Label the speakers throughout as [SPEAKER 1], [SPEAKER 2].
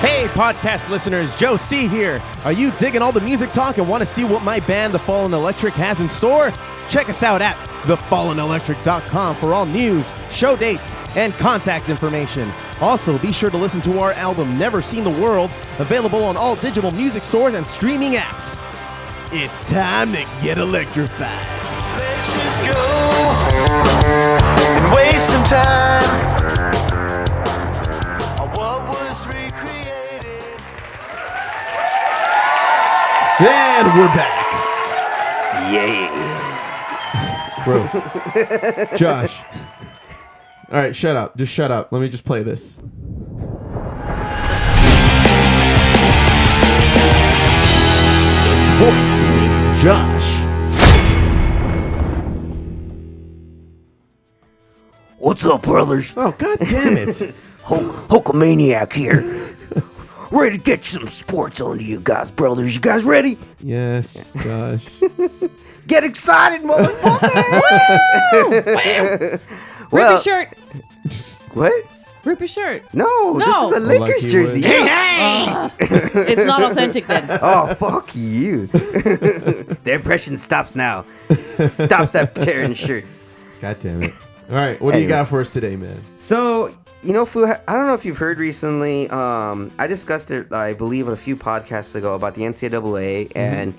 [SPEAKER 1] Hey, podcast listeners, Joe C here. Are you digging all the music talk and want to see what my band, The Fallen Electric, has in store? Check us out at thefallenelectric.com for all news, show dates, and contact information. Also, be sure to listen to our album, Never Seen the World, available on all digital music stores and streaming apps. It's time to get electrified.
[SPEAKER 2] Let's just go and waste some time on what was recreated.
[SPEAKER 1] And we're back.
[SPEAKER 2] Yeah.
[SPEAKER 1] Gross. Josh. All right, shut up. Just shut up. Let me just play this. Sports with Josh.
[SPEAKER 2] What's up, brothers?
[SPEAKER 1] Oh, god damn it.
[SPEAKER 2] Hulk, Hulkamaniac here. ready to get some sports onto you guys, brothers. You guys ready?
[SPEAKER 1] yes, Josh.
[SPEAKER 2] Get excited, motherfucker! well,
[SPEAKER 3] Rip your shirt.
[SPEAKER 2] what?
[SPEAKER 3] Rip your shirt.
[SPEAKER 2] No,
[SPEAKER 3] No.
[SPEAKER 2] this is a
[SPEAKER 1] Like
[SPEAKER 2] Lakers
[SPEAKER 1] he
[SPEAKER 2] jersey.
[SPEAKER 1] would.
[SPEAKER 3] It's not authentic then.
[SPEAKER 2] Oh, fuck you. the impression stops now. Stops at tearing shirts.
[SPEAKER 1] God damn it. All right, what do you
[SPEAKER 2] Anyway.
[SPEAKER 1] got for us today, man?
[SPEAKER 2] So, you know, Fu, I don't know if you've heard recently, um, I discussed it, I believe, a few podcasts ago about the NCAA and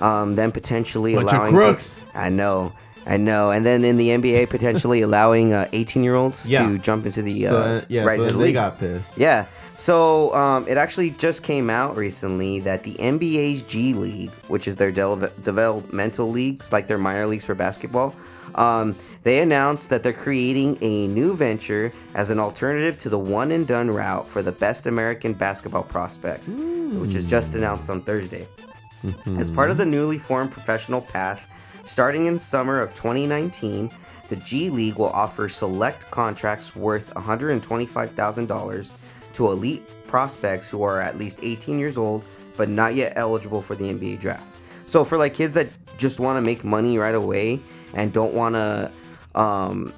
[SPEAKER 2] um, them potentially
[SPEAKER 1] Mm-hmm. Bunch of
[SPEAKER 2] allowing.
[SPEAKER 1] crooks.
[SPEAKER 2] I know. I know, and then in the NBA, potentially allowing uh, eighteen-year-olds
[SPEAKER 1] Yeah.
[SPEAKER 2] to jump into the uh,
[SPEAKER 1] so, uh, yeah,
[SPEAKER 2] right
[SPEAKER 1] so
[SPEAKER 2] to the
[SPEAKER 1] they
[SPEAKER 2] league.
[SPEAKER 1] got this.
[SPEAKER 2] Yeah. So um, it actually just came out recently that the NBA's G League, which is their del- developmental leagues, like their minor leagues for basketball, um, they announced that they're creating a new venture as an alternative to the one and done route for the best American basketball prospects, which is just announced on Thursday. As part of the newly formed professional path, starting in summer of 2019, the G League will offer select contracts worth $125,000 to elite prospects who are at least 18 years old but not yet eligible for the NBA draft. So for like kids that just want to make money right away and don't want to um,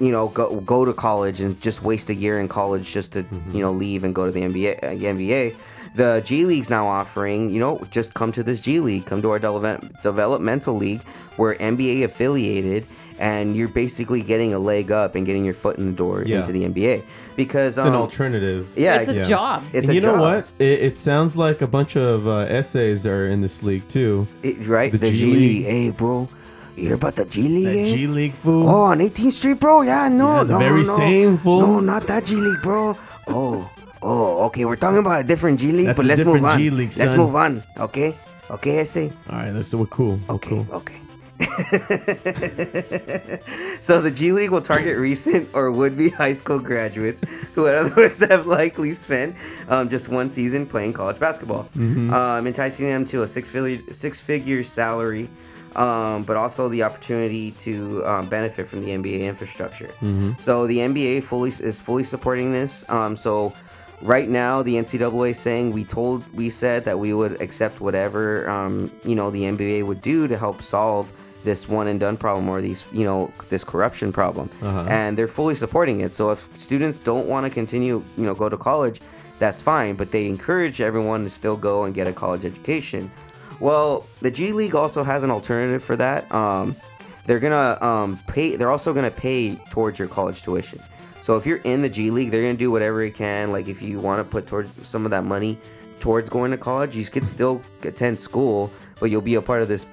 [SPEAKER 2] you know go go to college and just waste a year in college just to
[SPEAKER 1] Mm-hmm.
[SPEAKER 2] you know leave and go to the NBA uh, NBA. The G League's now offering, you know, just come to this G League, come to our develop- developmental league. We're NBA affiliated, and you're basically getting a leg up and getting your foot in the door
[SPEAKER 1] Yeah.
[SPEAKER 2] into the NBA because
[SPEAKER 1] It's an
[SPEAKER 2] um,
[SPEAKER 1] alternative.
[SPEAKER 2] yeah,
[SPEAKER 3] It's a
[SPEAKER 1] yeah.
[SPEAKER 3] job.
[SPEAKER 2] It's
[SPEAKER 1] And
[SPEAKER 2] a
[SPEAKER 1] you know
[SPEAKER 2] job.
[SPEAKER 1] what? It, it sounds like a bunch of uh, essays are in this league too.
[SPEAKER 2] It- right?
[SPEAKER 1] The
[SPEAKER 2] The,
[SPEAKER 1] G
[SPEAKER 2] G,
[SPEAKER 1] League.
[SPEAKER 2] League. hey bro, you hear about the G League? eh?
[SPEAKER 1] League food.
[SPEAKER 2] Oh, on 18th Street, bro. Yeah, no,
[SPEAKER 1] Yeah, the
[SPEAKER 2] no,
[SPEAKER 1] very
[SPEAKER 2] no.
[SPEAKER 1] same, fool.
[SPEAKER 2] No, not that G League, bro. Oh, oh, okay. We're talking about a different G League,
[SPEAKER 1] That's
[SPEAKER 2] but
[SPEAKER 1] a
[SPEAKER 2] let's
[SPEAKER 1] different
[SPEAKER 2] move on.
[SPEAKER 1] G League,
[SPEAKER 2] let's
[SPEAKER 1] son.
[SPEAKER 2] move on. Okay, okay. I say.
[SPEAKER 1] All right, that's we're cool. We're
[SPEAKER 2] Okay,
[SPEAKER 1] cool.
[SPEAKER 2] okay. so the G League will target recent or would-be high school graduates who would otherwise have likely spent um, just one season playing college basketball, um, enticing them to a six-figure six-figure salary, um, but also the opportunity to um, benefit from the NBA infrastructure. So the NBA fully is fully supporting this. Um, so right now the ncaa is saying we told we said that we would accept whatever um, you know the nba would do to help solve this one and done problem or these you know this corruption problem and they're fully supporting it so if students don't want to continue you know go to college that's fine but they encourage everyone to still go and get a college education well the g league also has an alternative for that um, they're gonna um, pay. They're also gonna pay towards your college tuition. So if you're in the G League, they're gonna do whatever it can. Like if you want to put towards some of that money towards going to college, you could still attend school, but you'll be a part of this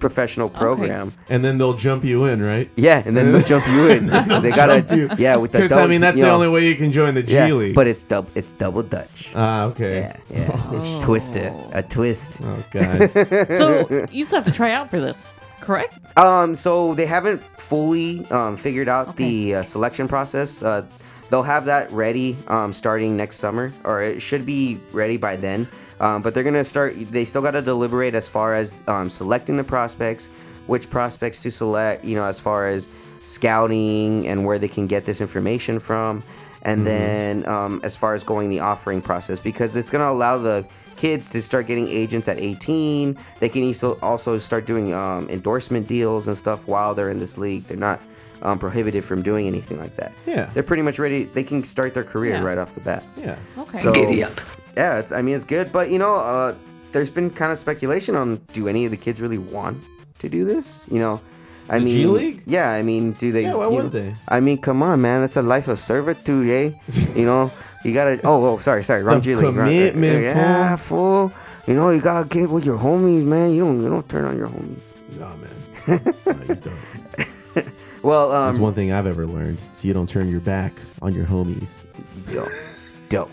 [SPEAKER 2] professional program.
[SPEAKER 1] And then they'll jump you in, right?
[SPEAKER 2] Yeah, and then they'll jump you in. they gotta, yeah, with the
[SPEAKER 1] Because I
[SPEAKER 2] dub-
[SPEAKER 1] mean, that's
[SPEAKER 2] you
[SPEAKER 1] the
[SPEAKER 2] know,
[SPEAKER 1] only way you can join the G
[SPEAKER 2] Yeah,
[SPEAKER 1] League.
[SPEAKER 2] but it's double, it's double Dutch.
[SPEAKER 1] ah, okay.
[SPEAKER 2] yeah, yeah, twist it, a twist.
[SPEAKER 1] Oh god.
[SPEAKER 3] So you still have to try out for this, correct?
[SPEAKER 2] Um, so they haven't fully um, figured out the uh, selection process. Uh, they'll have that ready um, starting next summer, or it should be ready by then. Um, but they're gonna start. They still got to deliberate as far as um, selecting the prospects, which prospects to select. You know, as far as scouting and where they can get this information from, and then um, as far as going the offering process, because it's gonna allow the kids to start getting agents at 18. They can also also start doing um, endorsement deals and stuff while they're in this league. They're not um, prohibited from doing anything like that.
[SPEAKER 1] Yeah.
[SPEAKER 2] they're pretty much ready. They can start their career
[SPEAKER 3] Yeah.
[SPEAKER 2] right off the bat.
[SPEAKER 1] Yeah.
[SPEAKER 3] Okay.
[SPEAKER 2] So-
[SPEAKER 4] Giddy up.
[SPEAKER 2] Yeah, it's. I mean, it's good, but you know, uh, there's been kind of speculation on do any of the kids really want to do this? You know, I
[SPEAKER 1] The
[SPEAKER 2] mean,
[SPEAKER 1] G League?
[SPEAKER 2] Yeah, I mean, do they?
[SPEAKER 1] Yeah, why
[SPEAKER 2] you
[SPEAKER 1] wouldn't
[SPEAKER 2] know-
[SPEAKER 1] they?
[SPEAKER 2] I mean, come on, man, that's a life of servitude, eh? you know, you gotta. Oh, oh, sorry, sorry, wrong
[SPEAKER 1] a
[SPEAKER 2] G League. wrong- eh,
[SPEAKER 1] commitment,
[SPEAKER 2] yeah, fool. You know, you gotta get with your homies, man. You don't, you don't turn on your homies.
[SPEAKER 1] No, Oh, man. No, you don't.
[SPEAKER 2] Well,
[SPEAKER 1] That's
[SPEAKER 2] um,
[SPEAKER 1] one thing I've ever learned. So you don't turn your back on your homies.
[SPEAKER 2] dope, dope.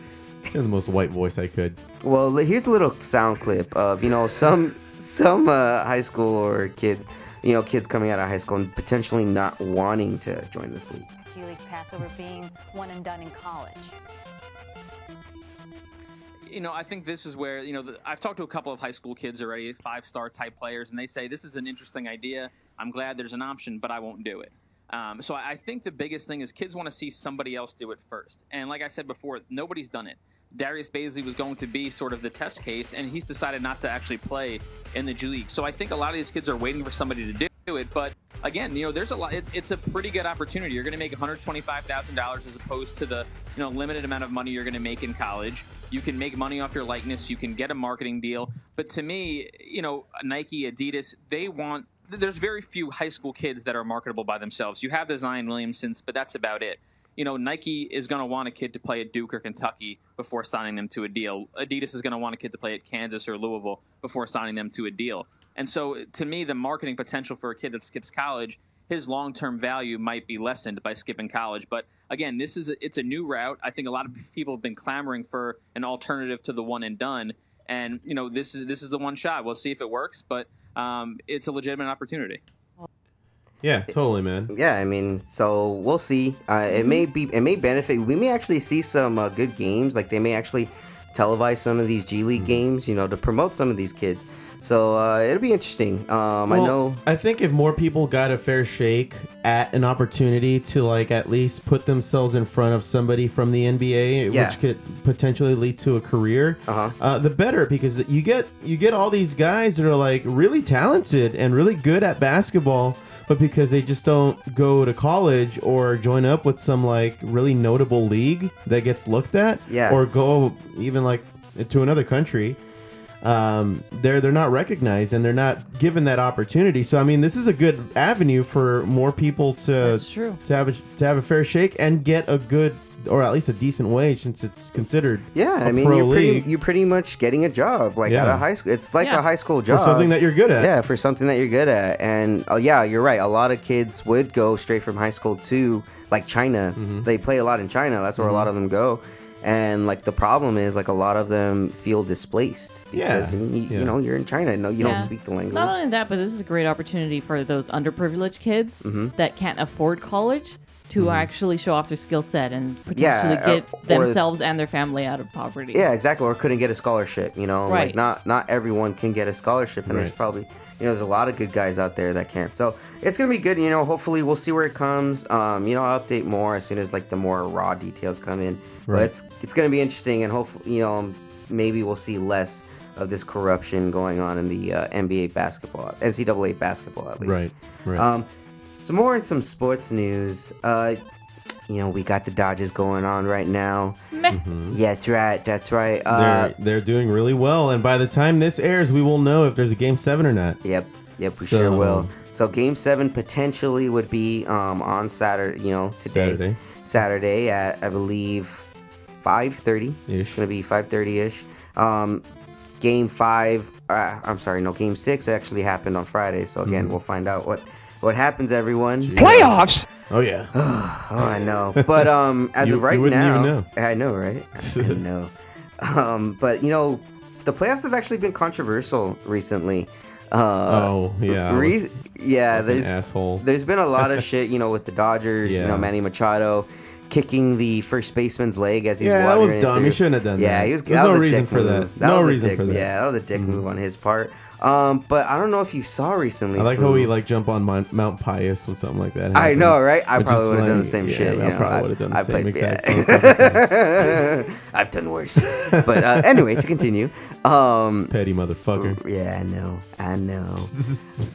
[SPEAKER 1] In the most white voice I could.
[SPEAKER 2] Well, li- here's a little sound clip of you know some some uh, high school or kids, you know, kids coming out of high school and potentially not wanting to join this league.
[SPEAKER 5] G League path over being one and done in college.
[SPEAKER 6] you know, I think this is where you know the, I've talked to a couple of high school kids already, five-star type players, and they say this is an interesting idea. I'm glad there's an option, but I won't do it. Um, so I, I think the biggest thing is kids want to see somebody else do it first. And like I said before, nobody's done it. Darius Baisley was going to be sort of the test case, and he's decided not to actually play in the G League. So I think a lot of these kids are waiting for somebody to do it. But again, you know, there's a lot. It, it's a pretty good opportunity. You're going to make $125,000 as opposed to the you know limited amount of money you're going to make in college. You can make money off your likeness. You can get a marketing deal. But to me, you know, Nike, Adidas, they want. There's very few high school kids that are marketable by themselves. You have the Zion Williamsons, but that's about it you know, Nike is going to want a kid to play at Duke or Kentucky before signing them to a deal. Adidas is going to want a kid to play at Kansas or Louisville before signing them to a deal. And so, to me, the marketing potential for a kid that skips college, his long-term value might be lessened by skipping college. But again, this is it's a new route. I think a lot of people have been clamoring for an alternative to the one and done. And you know, this is this is the one shot. We'll see if it works, but um, it's a legitimate opportunity.
[SPEAKER 1] Yeah, totally, man.
[SPEAKER 2] Yeah, I mean, so we'll see. Uh, it may be, it may benefit. We may actually see some uh, good games. Like they may actually televise some of these G League
[SPEAKER 1] Mm-hmm.
[SPEAKER 2] games, you know, to promote some of these kids. So uh, it'll be interesting. Um, I
[SPEAKER 1] Well,
[SPEAKER 2] know.
[SPEAKER 1] I think if more people got a fair shake at an opportunity to like at least put themselves in front of somebody from the NBA,
[SPEAKER 2] Yeah.
[SPEAKER 1] which could potentially lead to a career,
[SPEAKER 2] Uh-huh.
[SPEAKER 1] uh, the better because you get you get all these guys that are like really talented and really good at basketball. But because they just don't go to college or join up with some like really notable league that gets looked at,
[SPEAKER 2] Yeah.
[SPEAKER 1] or go even like to another country, um, they're they're not recognized and they're not given that opportunity. So I mean, this is a good avenue for more people to
[SPEAKER 3] That's true.
[SPEAKER 1] to have a, to have a fair shake and get a good or at least a decent wage since it's considered
[SPEAKER 2] Yeah,
[SPEAKER 1] a
[SPEAKER 2] I mean,
[SPEAKER 1] pro
[SPEAKER 2] you're
[SPEAKER 1] league
[SPEAKER 2] pretty, you're pretty much getting a job like
[SPEAKER 1] Yeah.
[SPEAKER 2] out of high school. It's like
[SPEAKER 3] Yeah.
[SPEAKER 2] a high school
[SPEAKER 1] for
[SPEAKER 2] job
[SPEAKER 1] something that you're good at.
[SPEAKER 2] Yeah, for something that you're good at. And oh yeah, you're right. A lot of kids would go straight from high school to like China.
[SPEAKER 1] Mm-hmm.
[SPEAKER 2] They play a lot in China. That's where a lot of them go. And like the problem is like a lot of them feel displaced
[SPEAKER 1] Yeah.
[SPEAKER 2] because I mean, you, you
[SPEAKER 1] Yeah.
[SPEAKER 2] know you're in China. No, you
[SPEAKER 3] Yeah.
[SPEAKER 2] don't speak the language.
[SPEAKER 3] Not only that, but this is a great opportunity for those underprivileged kids
[SPEAKER 2] Mm-hmm.
[SPEAKER 3] that can't afford college to actually show off their skill set and potentially
[SPEAKER 2] uh,
[SPEAKER 3] get
[SPEAKER 2] or-
[SPEAKER 3] themselves and their family out of poverty.
[SPEAKER 2] Yeah, exactly. Or couldn't get a scholarship. You know, like
[SPEAKER 3] Right.
[SPEAKER 2] not not everyone can get a scholarship, and there's
[SPEAKER 1] Right.
[SPEAKER 2] probably you know there's a lot of good guys out there that can't. So it's gonna be good. You know, hopefully we'll see where it comes. Um, you know, I'll update more as soon as like the more raw details come in. But
[SPEAKER 1] Right.
[SPEAKER 2] it's it's gonna be interesting, and hopefully you know um, maybe we'll see less of this corruption going on in the uh, NBA basketball, NCAA basketball at least.
[SPEAKER 1] Right. Right.
[SPEAKER 2] Um, some more in some sports news. Uh, you know, we got the Dodgers going on right now.
[SPEAKER 3] Meh.
[SPEAKER 2] Yeah, that's right. That's right. Uh,
[SPEAKER 1] Mm-hmm. they're they're doing really well, and by the time this airs, we will know if there's a game seven or not.
[SPEAKER 2] Yep, yep, we
[SPEAKER 1] So-
[SPEAKER 2] sure will. So game seven potentially would be um, on Saturday. You know, today,
[SPEAKER 1] Saturday.
[SPEAKER 2] Saturday at I believe five thirty. It's
[SPEAKER 1] Ish.
[SPEAKER 2] gonna be five thirty ish. Um, game five. Uh, I'm sorry, no, game six actually happened on Friday. So
[SPEAKER 1] Mm-hmm.
[SPEAKER 2] again, we'll find out what what happens. Everyone playoffs.
[SPEAKER 1] Oh yeah.
[SPEAKER 2] Oh, I know. But um, as
[SPEAKER 1] You-
[SPEAKER 2] of right
[SPEAKER 1] you wouldn't
[SPEAKER 2] now,
[SPEAKER 1] even know.
[SPEAKER 2] I know, right? I know. Um, but you know, the playoffs have actually been controversial recently. Uh,
[SPEAKER 1] oh yeah. I was-
[SPEAKER 2] Re- yeah,
[SPEAKER 1] Fucking
[SPEAKER 2] there's
[SPEAKER 1] asshole.
[SPEAKER 2] There's been a lot of shit, you know, with the Dodgers. You
[SPEAKER 1] Yeah.
[SPEAKER 2] know, Manny Machado kicking the first baseman's leg as he's
[SPEAKER 1] Yeah, that
[SPEAKER 2] watering
[SPEAKER 1] was
[SPEAKER 2] it
[SPEAKER 1] dumb. He
[SPEAKER 2] through.
[SPEAKER 1] shouldn't have done
[SPEAKER 2] yeah,
[SPEAKER 1] that.
[SPEAKER 2] he was.
[SPEAKER 1] There's
[SPEAKER 2] that
[SPEAKER 1] no
[SPEAKER 2] was a
[SPEAKER 1] reason
[SPEAKER 2] dick
[SPEAKER 1] for that.
[SPEAKER 2] move. That
[SPEAKER 1] No
[SPEAKER 2] was a
[SPEAKER 1] reason
[SPEAKER 2] dick-
[SPEAKER 1] for that. Mm-hmm.
[SPEAKER 2] Yeah, that was a dick move on his part. Um, but I don't know if you saw recently.
[SPEAKER 1] I like
[SPEAKER 2] Fu,
[SPEAKER 1] how we like jump on Mon- Mount Pius when something like that. Happens.
[SPEAKER 2] I know, right? I
[SPEAKER 1] Which
[SPEAKER 2] probably
[SPEAKER 1] is
[SPEAKER 2] would have done the
[SPEAKER 1] like,
[SPEAKER 2] same
[SPEAKER 1] yeah,
[SPEAKER 2] shit.
[SPEAKER 1] I
[SPEAKER 2] you know,
[SPEAKER 1] probably would have done the
[SPEAKER 2] I
[SPEAKER 1] same
[SPEAKER 2] played-
[SPEAKER 1] exact.
[SPEAKER 2] yeah.
[SPEAKER 1] motherfucking thing.
[SPEAKER 2] I've done worse. But uh, anyway, to continue. Um,
[SPEAKER 1] Petty motherfucker.
[SPEAKER 2] yeah, I know. I know.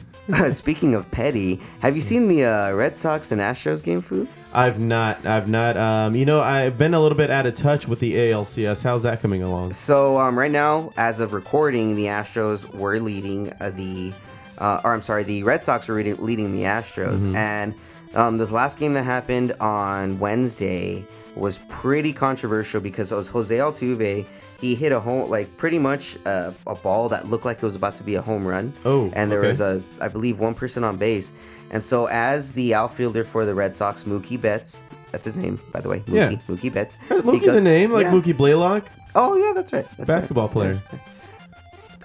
[SPEAKER 2] Speaking of petty, have you seen the uh, Red Sox and Astros game, Fu?
[SPEAKER 1] I've not. I've not. Um, you know, I've been a little bit out of touch with the ALCS. How's that coming along?
[SPEAKER 2] So um, right now, as of recording, the Astros were leading uh, the, uh, or I'm sorry, the Red Sox were leading, leading the Astros,
[SPEAKER 1] Mm-hmm.
[SPEAKER 2] and um, this last game that happened on Wednesday was pretty controversial because it was Jose Altuve. He hit a home, like pretty much uh, a ball that looked like it was about to be a home run.
[SPEAKER 1] Oh,
[SPEAKER 2] and there
[SPEAKER 1] okay.
[SPEAKER 2] was a, I believe, one person on base, and so as the outfielder for the Red Sox, Mookie Betts, that's his name, by the way,
[SPEAKER 1] Yeah.
[SPEAKER 2] Mookie, Mookie Betts. he
[SPEAKER 1] Mookie's
[SPEAKER 2] go-
[SPEAKER 1] a name like
[SPEAKER 2] Yeah.
[SPEAKER 1] Mookie Blaylock,
[SPEAKER 2] Oh yeah, that's right. That's right.
[SPEAKER 1] basketball player.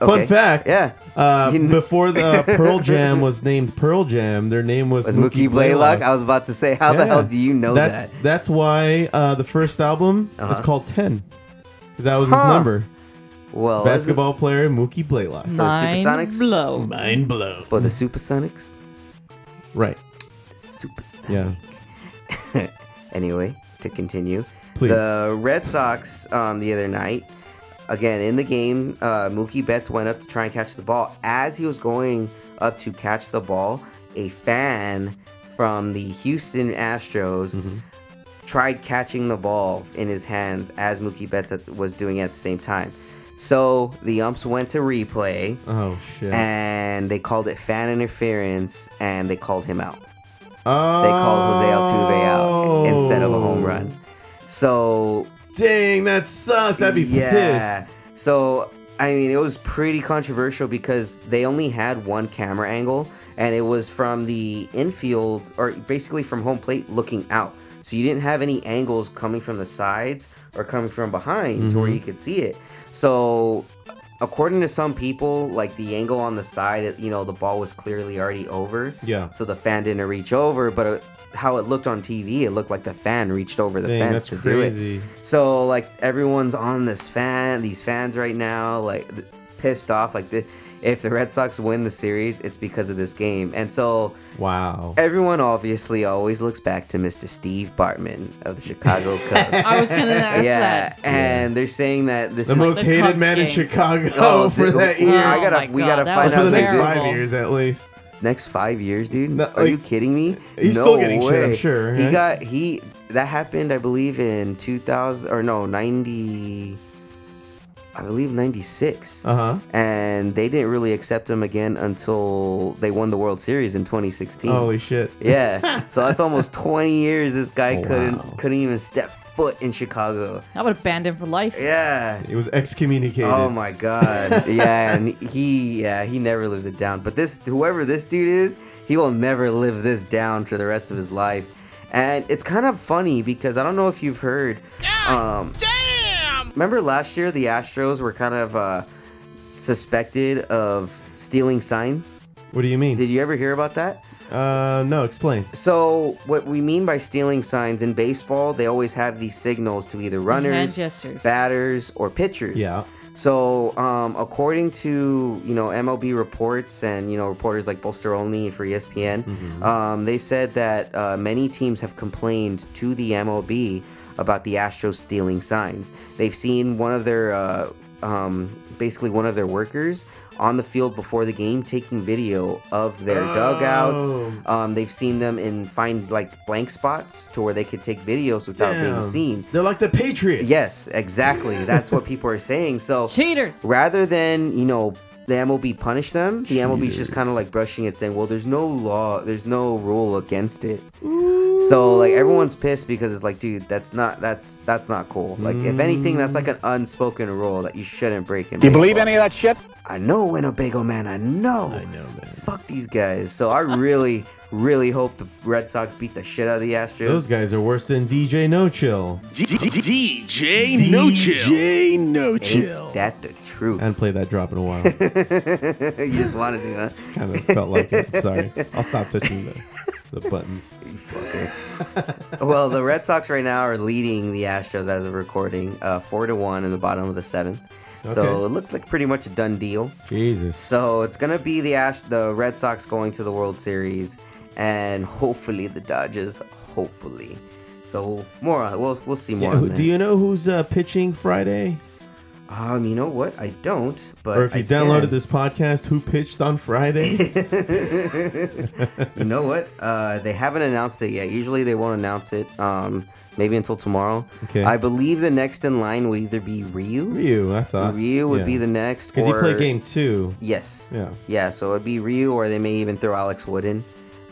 [SPEAKER 2] Okay.
[SPEAKER 1] Fun fact.
[SPEAKER 2] Yeah.
[SPEAKER 1] Uh,
[SPEAKER 2] You kn-
[SPEAKER 1] before the Pearl Jam was named Pearl Jam, their name was,
[SPEAKER 2] was Mookie Blaylock. I was about to say, how the
[SPEAKER 1] Yeah.
[SPEAKER 2] hell do you know
[SPEAKER 1] that's,
[SPEAKER 2] that?
[SPEAKER 1] That's why uh, the first album is
[SPEAKER 2] Uh-huh.
[SPEAKER 1] called Ten, 'cause that was his
[SPEAKER 2] Huh. Oh,
[SPEAKER 1] number.
[SPEAKER 2] Well,
[SPEAKER 1] Basketball player Mookie Blaylock.
[SPEAKER 2] the
[SPEAKER 3] Mind
[SPEAKER 2] Supersonics?
[SPEAKER 3] blow.
[SPEAKER 1] Mind blow.
[SPEAKER 2] for the Supersonics.
[SPEAKER 1] Right.
[SPEAKER 2] Supersonics.
[SPEAKER 1] Yeah.
[SPEAKER 2] Anyway, to continue,
[SPEAKER 1] Please.
[SPEAKER 2] the Red Sox um, the other night. Again, in the game, uh, Mookie Betts went up to try and catch the ball. As he was going up to catch the ball, a fan from the Houston Astros tried catching the ball in his hands as Mookie Betts at- was doing it at the same time. So the umps went to replay.
[SPEAKER 1] Oh shit.
[SPEAKER 2] and they called it fan interference and they called him out.
[SPEAKER 1] oh.
[SPEAKER 2] They called Jose Altuve out instead of a home run. So
[SPEAKER 1] Oh, Dang, that sucks. I'd be pissed.
[SPEAKER 2] So I mean, it was pretty controversial because they only had one camera angle, and it was from the infield or basically from home plate looking out. So you didn't have any angles coming from the sides or coming from behind to
[SPEAKER 1] Mm-hmm.
[SPEAKER 2] where you could see it. So according to some people, like the angle on the side, you know, the ball was clearly already over.
[SPEAKER 1] Yeah.
[SPEAKER 2] So the fan didn't reach over, but uh, how it looked on TV, it looked like the fan reached over the
[SPEAKER 1] Dang,
[SPEAKER 2] fence
[SPEAKER 1] that's
[SPEAKER 2] to do it.
[SPEAKER 1] crazy.
[SPEAKER 2] So like everyone's on this fan, these fans right now, like th- pissed off. Like the, if the Red Sox win the series, it's because of this game. And so
[SPEAKER 1] Wow.
[SPEAKER 2] everyone obviously always looks back to Mr. Steve Bartman of the Chicago Cubs.
[SPEAKER 3] I was gonna ask
[SPEAKER 2] yeah,
[SPEAKER 3] that.
[SPEAKER 2] and they're saying that this
[SPEAKER 1] The
[SPEAKER 2] is
[SPEAKER 1] most
[SPEAKER 3] The
[SPEAKER 1] hated
[SPEAKER 3] Cubs
[SPEAKER 1] man in
[SPEAKER 3] game.
[SPEAKER 1] Chicago
[SPEAKER 2] Oh,
[SPEAKER 1] for
[SPEAKER 2] dude,
[SPEAKER 1] that
[SPEAKER 2] oh,
[SPEAKER 1] year.
[SPEAKER 2] I gotta-
[SPEAKER 3] my
[SPEAKER 2] we gotta
[SPEAKER 3] that
[SPEAKER 2] find
[SPEAKER 3] was
[SPEAKER 1] for the next
[SPEAKER 3] terrible.
[SPEAKER 1] five years at least.
[SPEAKER 2] next five years, dude.
[SPEAKER 1] No,
[SPEAKER 2] Are you
[SPEAKER 1] like,
[SPEAKER 2] kidding me?
[SPEAKER 1] he's still getting shit, I'm sure,
[SPEAKER 2] He
[SPEAKER 1] right?
[SPEAKER 2] got he that happened, I believe, in two thousand or no ninety, I believe ninety six,
[SPEAKER 1] Uh huh.
[SPEAKER 2] and they didn't really accept him again until they won the World Series in twenty sixteen.
[SPEAKER 1] Holy shit.
[SPEAKER 2] yeah, so that's almost twenty years. This guy
[SPEAKER 1] Wow.
[SPEAKER 2] couldn't couldn't even step foot in Chicago.
[SPEAKER 3] I would have banned him for life.
[SPEAKER 2] Yeah.
[SPEAKER 1] It was excommunicated.
[SPEAKER 2] Oh my god. Yeah, and he yeah, he never lives it down. But this whoever this dude is, he will never live this down for the rest of his life. And it's kind of funny because I don't know if you've heard um damn. Remember last year the Astros were kind of uh suspected of stealing signs?
[SPEAKER 1] What do you mean?
[SPEAKER 2] Did you ever hear about that?
[SPEAKER 1] uh, no, explain.
[SPEAKER 2] So, what we mean by stealing signs in baseball, they always have these signals to either
[SPEAKER 3] Hand
[SPEAKER 2] runners,
[SPEAKER 3] gestures.
[SPEAKER 2] batters, or pitchers.
[SPEAKER 1] Yeah.
[SPEAKER 2] So, um, according to you know MLB reports and you know reporters like Buster Olney for E ESPN,
[SPEAKER 1] Mm-hmm.
[SPEAKER 2] um, they said that uh, many teams have complained to the MLB about the Astros stealing signs. They've seen one of their uh, um, basically one of their workers on the field before the game taking video of their
[SPEAKER 1] Oh.
[SPEAKER 2] dugouts. Um, they've seen them in find like blank spots to where they could take videos without being
[SPEAKER 1] Damn.
[SPEAKER 2] seen.
[SPEAKER 1] They're like the Patriots.
[SPEAKER 2] Yes, exactly. That's what people are saying. So
[SPEAKER 3] Cheaters.
[SPEAKER 2] rather than you know the MLB punish them, the MLB's just
[SPEAKER 1] Jeez.
[SPEAKER 2] kind of like brushing it, saying, "Well, there's no law, there's no rule against it." So like everyone's pissed because it's like, dude, that's not that's that's not cool. Like if anything, that's like an unspoken rule that you shouldn't break. In Mm. you believe any of that shit? I know, Winnebago man. I know.
[SPEAKER 1] I know, man.
[SPEAKER 2] Fuck these guys. So I really, Really hope the Red Sox beat the shit out of the Astros.
[SPEAKER 1] Those guys are worse than DJ No Chill.
[SPEAKER 4] DJ No Chill.
[SPEAKER 7] DJ No
[SPEAKER 2] Ain't
[SPEAKER 7] Chill.
[SPEAKER 2] that the truth?
[SPEAKER 1] I haven't played that drop in a while.
[SPEAKER 2] you just wanted to, huh?
[SPEAKER 1] kind of felt like it. Sorry. I'll stop touching the, the buttons.
[SPEAKER 2] well, the Red Sox right now are leading the Astros as of recording, uh, four to one in the bottom of the seventh. So
[SPEAKER 1] Okay.
[SPEAKER 2] it looks like pretty much a done deal.
[SPEAKER 1] Jesus.
[SPEAKER 2] So it's gonna be the Ash, the Red Sox going to the World Series, and hopefully the Dodgers. Hopefully. So more, on- we'll we'll see more.
[SPEAKER 1] Yeah,
[SPEAKER 2] on
[SPEAKER 1] who-
[SPEAKER 2] that.
[SPEAKER 1] do you know who's uh, pitching Friday?
[SPEAKER 2] Um, you know what? I don't. But
[SPEAKER 1] Or if you
[SPEAKER 2] I
[SPEAKER 1] downloaded
[SPEAKER 2] can.
[SPEAKER 1] this podcast, who pitched on Friday?
[SPEAKER 2] you know what? Uh, they haven't announced it yet. Usually they won't announce it. Um, maybe until tomorrow.
[SPEAKER 1] Okay.
[SPEAKER 2] I believe the next in line would either be Ryu.
[SPEAKER 1] Ryu, I thought.
[SPEAKER 2] Ryu would be the next.
[SPEAKER 1] Because he
[SPEAKER 2] or-
[SPEAKER 1] played game two.
[SPEAKER 2] Yes.
[SPEAKER 1] Yeah.
[SPEAKER 2] Yeah, so it'd be Ryu, or they may even throw Alex Wood in.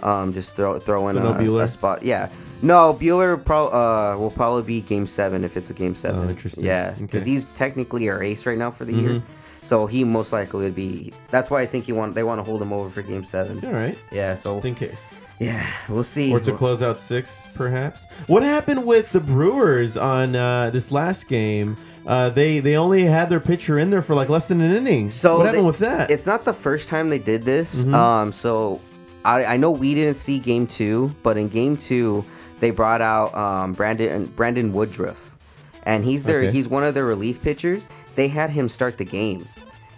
[SPEAKER 2] Um, just throw throw in
[SPEAKER 1] So no
[SPEAKER 2] a,
[SPEAKER 1] Bueller?
[SPEAKER 2] a spot. Yeah. No, Bueller pro, uh, will probably be game seven if it's a game seven.
[SPEAKER 1] Oh, interesting.
[SPEAKER 2] Yeah, because
[SPEAKER 1] Okay. Mm-hmm.
[SPEAKER 2] he's technically our ace right now for the year. So he most likely would be. That's why I think he want they want to hold him over for game seven.
[SPEAKER 1] All right.
[SPEAKER 2] Yeah, so
[SPEAKER 1] Just in case.
[SPEAKER 2] yeah, we'll see.
[SPEAKER 1] Or to close out six, perhaps. What happened with the Brewers on uh, this last game? Uh, they they only had their pitcher in there for like less than an inning.
[SPEAKER 2] So
[SPEAKER 1] what
[SPEAKER 2] they-
[SPEAKER 1] happened with that? Mm-hmm.
[SPEAKER 2] It's not the first time they did this. Um, so I, I know we didn't see game two, but in game two they brought out um, Brandon Brandon Woodruff, and he's their
[SPEAKER 1] Okay.
[SPEAKER 2] he's one of their relief pitchers. They had him start the game,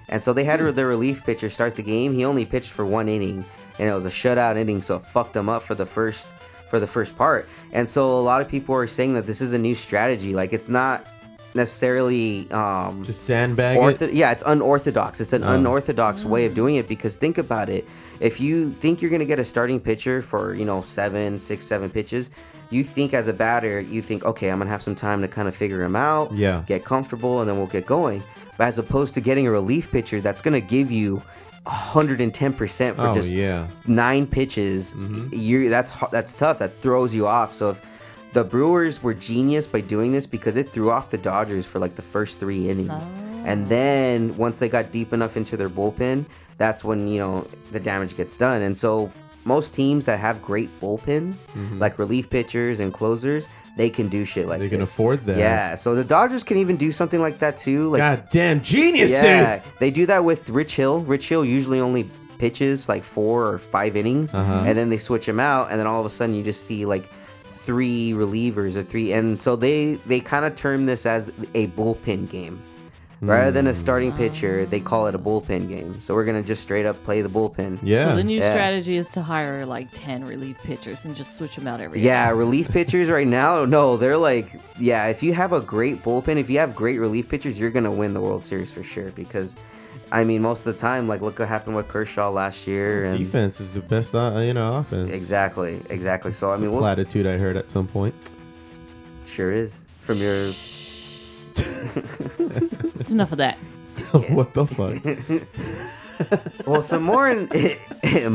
[SPEAKER 2] and so they had
[SPEAKER 1] Hmm.
[SPEAKER 2] the relief pitcher start the game. He only pitched for one inning, and it was a shutout inning, so it fucked him up for the first for the first part. And so a lot of people are saying that this is a new strategy. Like it's not necessarily um,
[SPEAKER 1] Just sandbag it. Oh.
[SPEAKER 2] Ortho- yeah, it's unorthodox. It's an unorthodox way of doing it because think about it. If you think you're going to get a starting pitcher for, you know, seven, six, seven pitches, you think as a batter, you think, okay, I'm going to have some time to kind of figure him out,
[SPEAKER 1] Yeah.
[SPEAKER 2] get comfortable, and then we'll get going. But as opposed to getting a relief pitcher that's going to give you 110% for
[SPEAKER 1] Oh,
[SPEAKER 2] just
[SPEAKER 1] yeah.
[SPEAKER 2] nine pitches,
[SPEAKER 1] Mm-hmm.
[SPEAKER 2] you that's ho- that's tough. That throws you off. So if the Brewers were genius by doing this because it threw off the Dodgers for like the first three innings,
[SPEAKER 1] Oh.
[SPEAKER 2] and then once they got deep enough into their bullpen, that's when you know the damage gets done. And so most teams that have great bullpens, like relief pitchers and closers, they can do shit like
[SPEAKER 1] Mm-hmm. They can
[SPEAKER 2] this.
[SPEAKER 1] afford that.
[SPEAKER 2] Yeah, so the Dodgers can even do something like that too. Like
[SPEAKER 1] God damn geniuses.
[SPEAKER 2] yeah, they do that with Rich Hill. Rich Hill usually only pitches like four or five innings, and then they switch him out, and then all of a sudden you just see like three relievers or three, and so they they kind of term this as a bullpen game. Rather than a starting pitcher, they call it a bullpen game. So we're gonna just straight up play the bullpen.
[SPEAKER 1] Yeah.
[SPEAKER 3] So the new
[SPEAKER 2] Yeah.
[SPEAKER 3] strategy is to hire like ten relief pitchers and just switch them out every.
[SPEAKER 2] Yeah, relief pitchers right now, no, they're like, yeah, if you have a great bullpen, if you have great relief pitchers, you're going to win the World Series for sure because, I mean, most of the time, like, look what happened with Kershaw last year. and
[SPEAKER 1] Defense is the best, uh, you know, offense.
[SPEAKER 2] Exactly, exactly. So, I
[SPEAKER 1] It's a
[SPEAKER 2] mean, we'll. s-
[SPEAKER 1] platitude I heard at some point.
[SPEAKER 2] Sure is. From your.
[SPEAKER 3] It's enough of that.
[SPEAKER 1] what the fuck?
[SPEAKER 2] Well, so more in,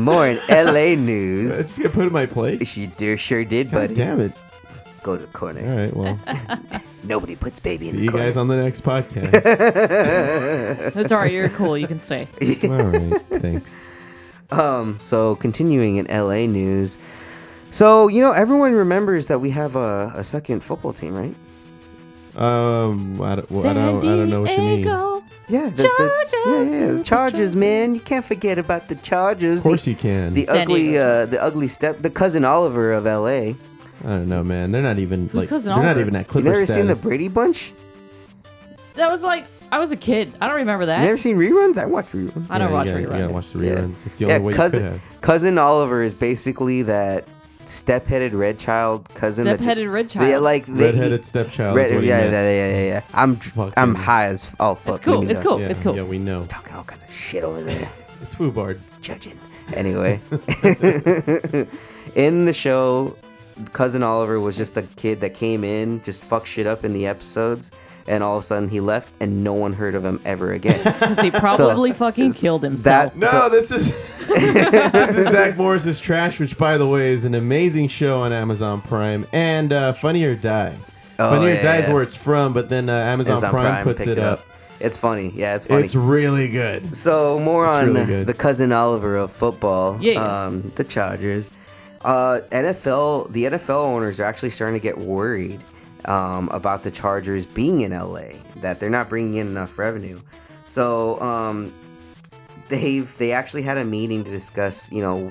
[SPEAKER 2] more in LA news.
[SPEAKER 1] just get put in my place.
[SPEAKER 2] She dear sure did,
[SPEAKER 1] God
[SPEAKER 2] buddy.
[SPEAKER 1] damn it!
[SPEAKER 2] Go to the
[SPEAKER 1] All
[SPEAKER 2] corner.
[SPEAKER 1] right, well,
[SPEAKER 2] Nobody puts baby in
[SPEAKER 1] see
[SPEAKER 2] the
[SPEAKER 1] you
[SPEAKER 2] corner.
[SPEAKER 1] guys on the next podcast.
[SPEAKER 3] That's all right. You're cool. You can stay.
[SPEAKER 1] All right, thanks.
[SPEAKER 2] Um, so continuing in LA news. So, you know, everyone remembers that we have a, a second football team, right?
[SPEAKER 1] Um, I don't, well, I don't, I don't know what you mean. Of
[SPEAKER 3] Diego.
[SPEAKER 2] Yeah, the, the-
[SPEAKER 3] Chargers.
[SPEAKER 2] yeah, yeah, the Chargers, man. You can't forget about the Chargers.
[SPEAKER 1] course
[SPEAKER 2] the,
[SPEAKER 1] you can.
[SPEAKER 2] the
[SPEAKER 3] San
[SPEAKER 2] ugly,
[SPEAKER 3] Diego.
[SPEAKER 2] uh, the ugly step, the cousin Oliver of LA.
[SPEAKER 1] I don't know, man. They're not even like they're
[SPEAKER 3] Cousin
[SPEAKER 1] not
[SPEAKER 3] Oliver?
[SPEAKER 1] even at
[SPEAKER 2] You
[SPEAKER 1] Clipper
[SPEAKER 2] never seen the
[SPEAKER 1] status.
[SPEAKER 2] Brady Bunch?
[SPEAKER 3] That was like I was a kid. I don't remember that.
[SPEAKER 2] You never seen reruns? I watch reruns.
[SPEAKER 3] I don't
[SPEAKER 1] yeah,
[SPEAKER 3] watch
[SPEAKER 1] you gotta,
[SPEAKER 3] reruns.
[SPEAKER 1] You gotta watch the
[SPEAKER 2] Yeah.
[SPEAKER 1] reruns. It's the only way you
[SPEAKER 2] cousin,
[SPEAKER 1] could have.
[SPEAKER 2] cousin Oliver is basically that step-headed red child cousin. that ju-
[SPEAKER 3] Step-headed red
[SPEAKER 2] Yeah,
[SPEAKER 3] child.
[SPEAKER 2] like the-
[SPEAKER 1] Redheaded stepchild.
[SPEAKER 2] Red-
[SPEAKER 1] is what he
[SPEAKER 2] yeah, yeah,
[SPEAKER 1] meant.
[SPEAKER 2] yeah, yeah, yeah. I'm dr-
[SPEAKER 1] Fucking-
[SPEAKER 2] I'm high as oh fuck.
[SPEAKER 3] It's cool.
[SPEAKER 2] leave me
[SPEAKER 3] It's
[SPEAKER 2] alone.
[SPEAKER 3] cool.
[SPEAKER 1] yeah,
[SPEAKER 3] It's cool.
[SPEAKER 1] Yeah, we know.
[SPEAKER 2] Talking all kinds of shit over there.
[SPEAKER 1] It's Fubard.
[SPEAKER 2] judging. Anyway, in the show, cousin Oliver was just a kid that came in, just fucked shit up in the episodes, and all of a sudden he left, and no one heard of him ever again.
[SPEAKER 3] Because he probably fucking killed himself.
[SPEAKER 2] that
[SPEAKER 1] No,
[SPEAKER 2] so-
[SPEAKER 1] this is this is Zach Morris's Trash, which, by the way, is an amazing show on Amazon Prime and uh, Funny or Die.
[SPEAKER 2] Oh,
[SPEAKER 1] Funny or
[SPEAKER 2] yeah,
[SPEAKER 1] Die is
[SPEAKER 2] yeah.
[SPEAKER 1] where it's from, but then uh, Amazon,
[SPEAKER 2] Amazon
[SPEAKER 1] Prime, puts
[SPEAKER 2] picked
[SPEAKER 1] it up.
[SPEAKER 2] It's funny. Yeah, it's funny.
[SPEAKER 1] It's really good.
[SPEAKER 2] so more
[SPEAKER 1] It's
[SPEAKER 2] on
[SPEAKER 1] really good.
[SPEAKER 2] the cousin Oliver of football,
[SPEAKER 3] Yes.
[SPEAKER 2] um, the Chargers. uh, NFL, the NFL owners are actually starting to get worried um, about the Chargers being in LA, that they're not bringing in enough revenue. So um, they've they actually had a meeting to discuss, you know,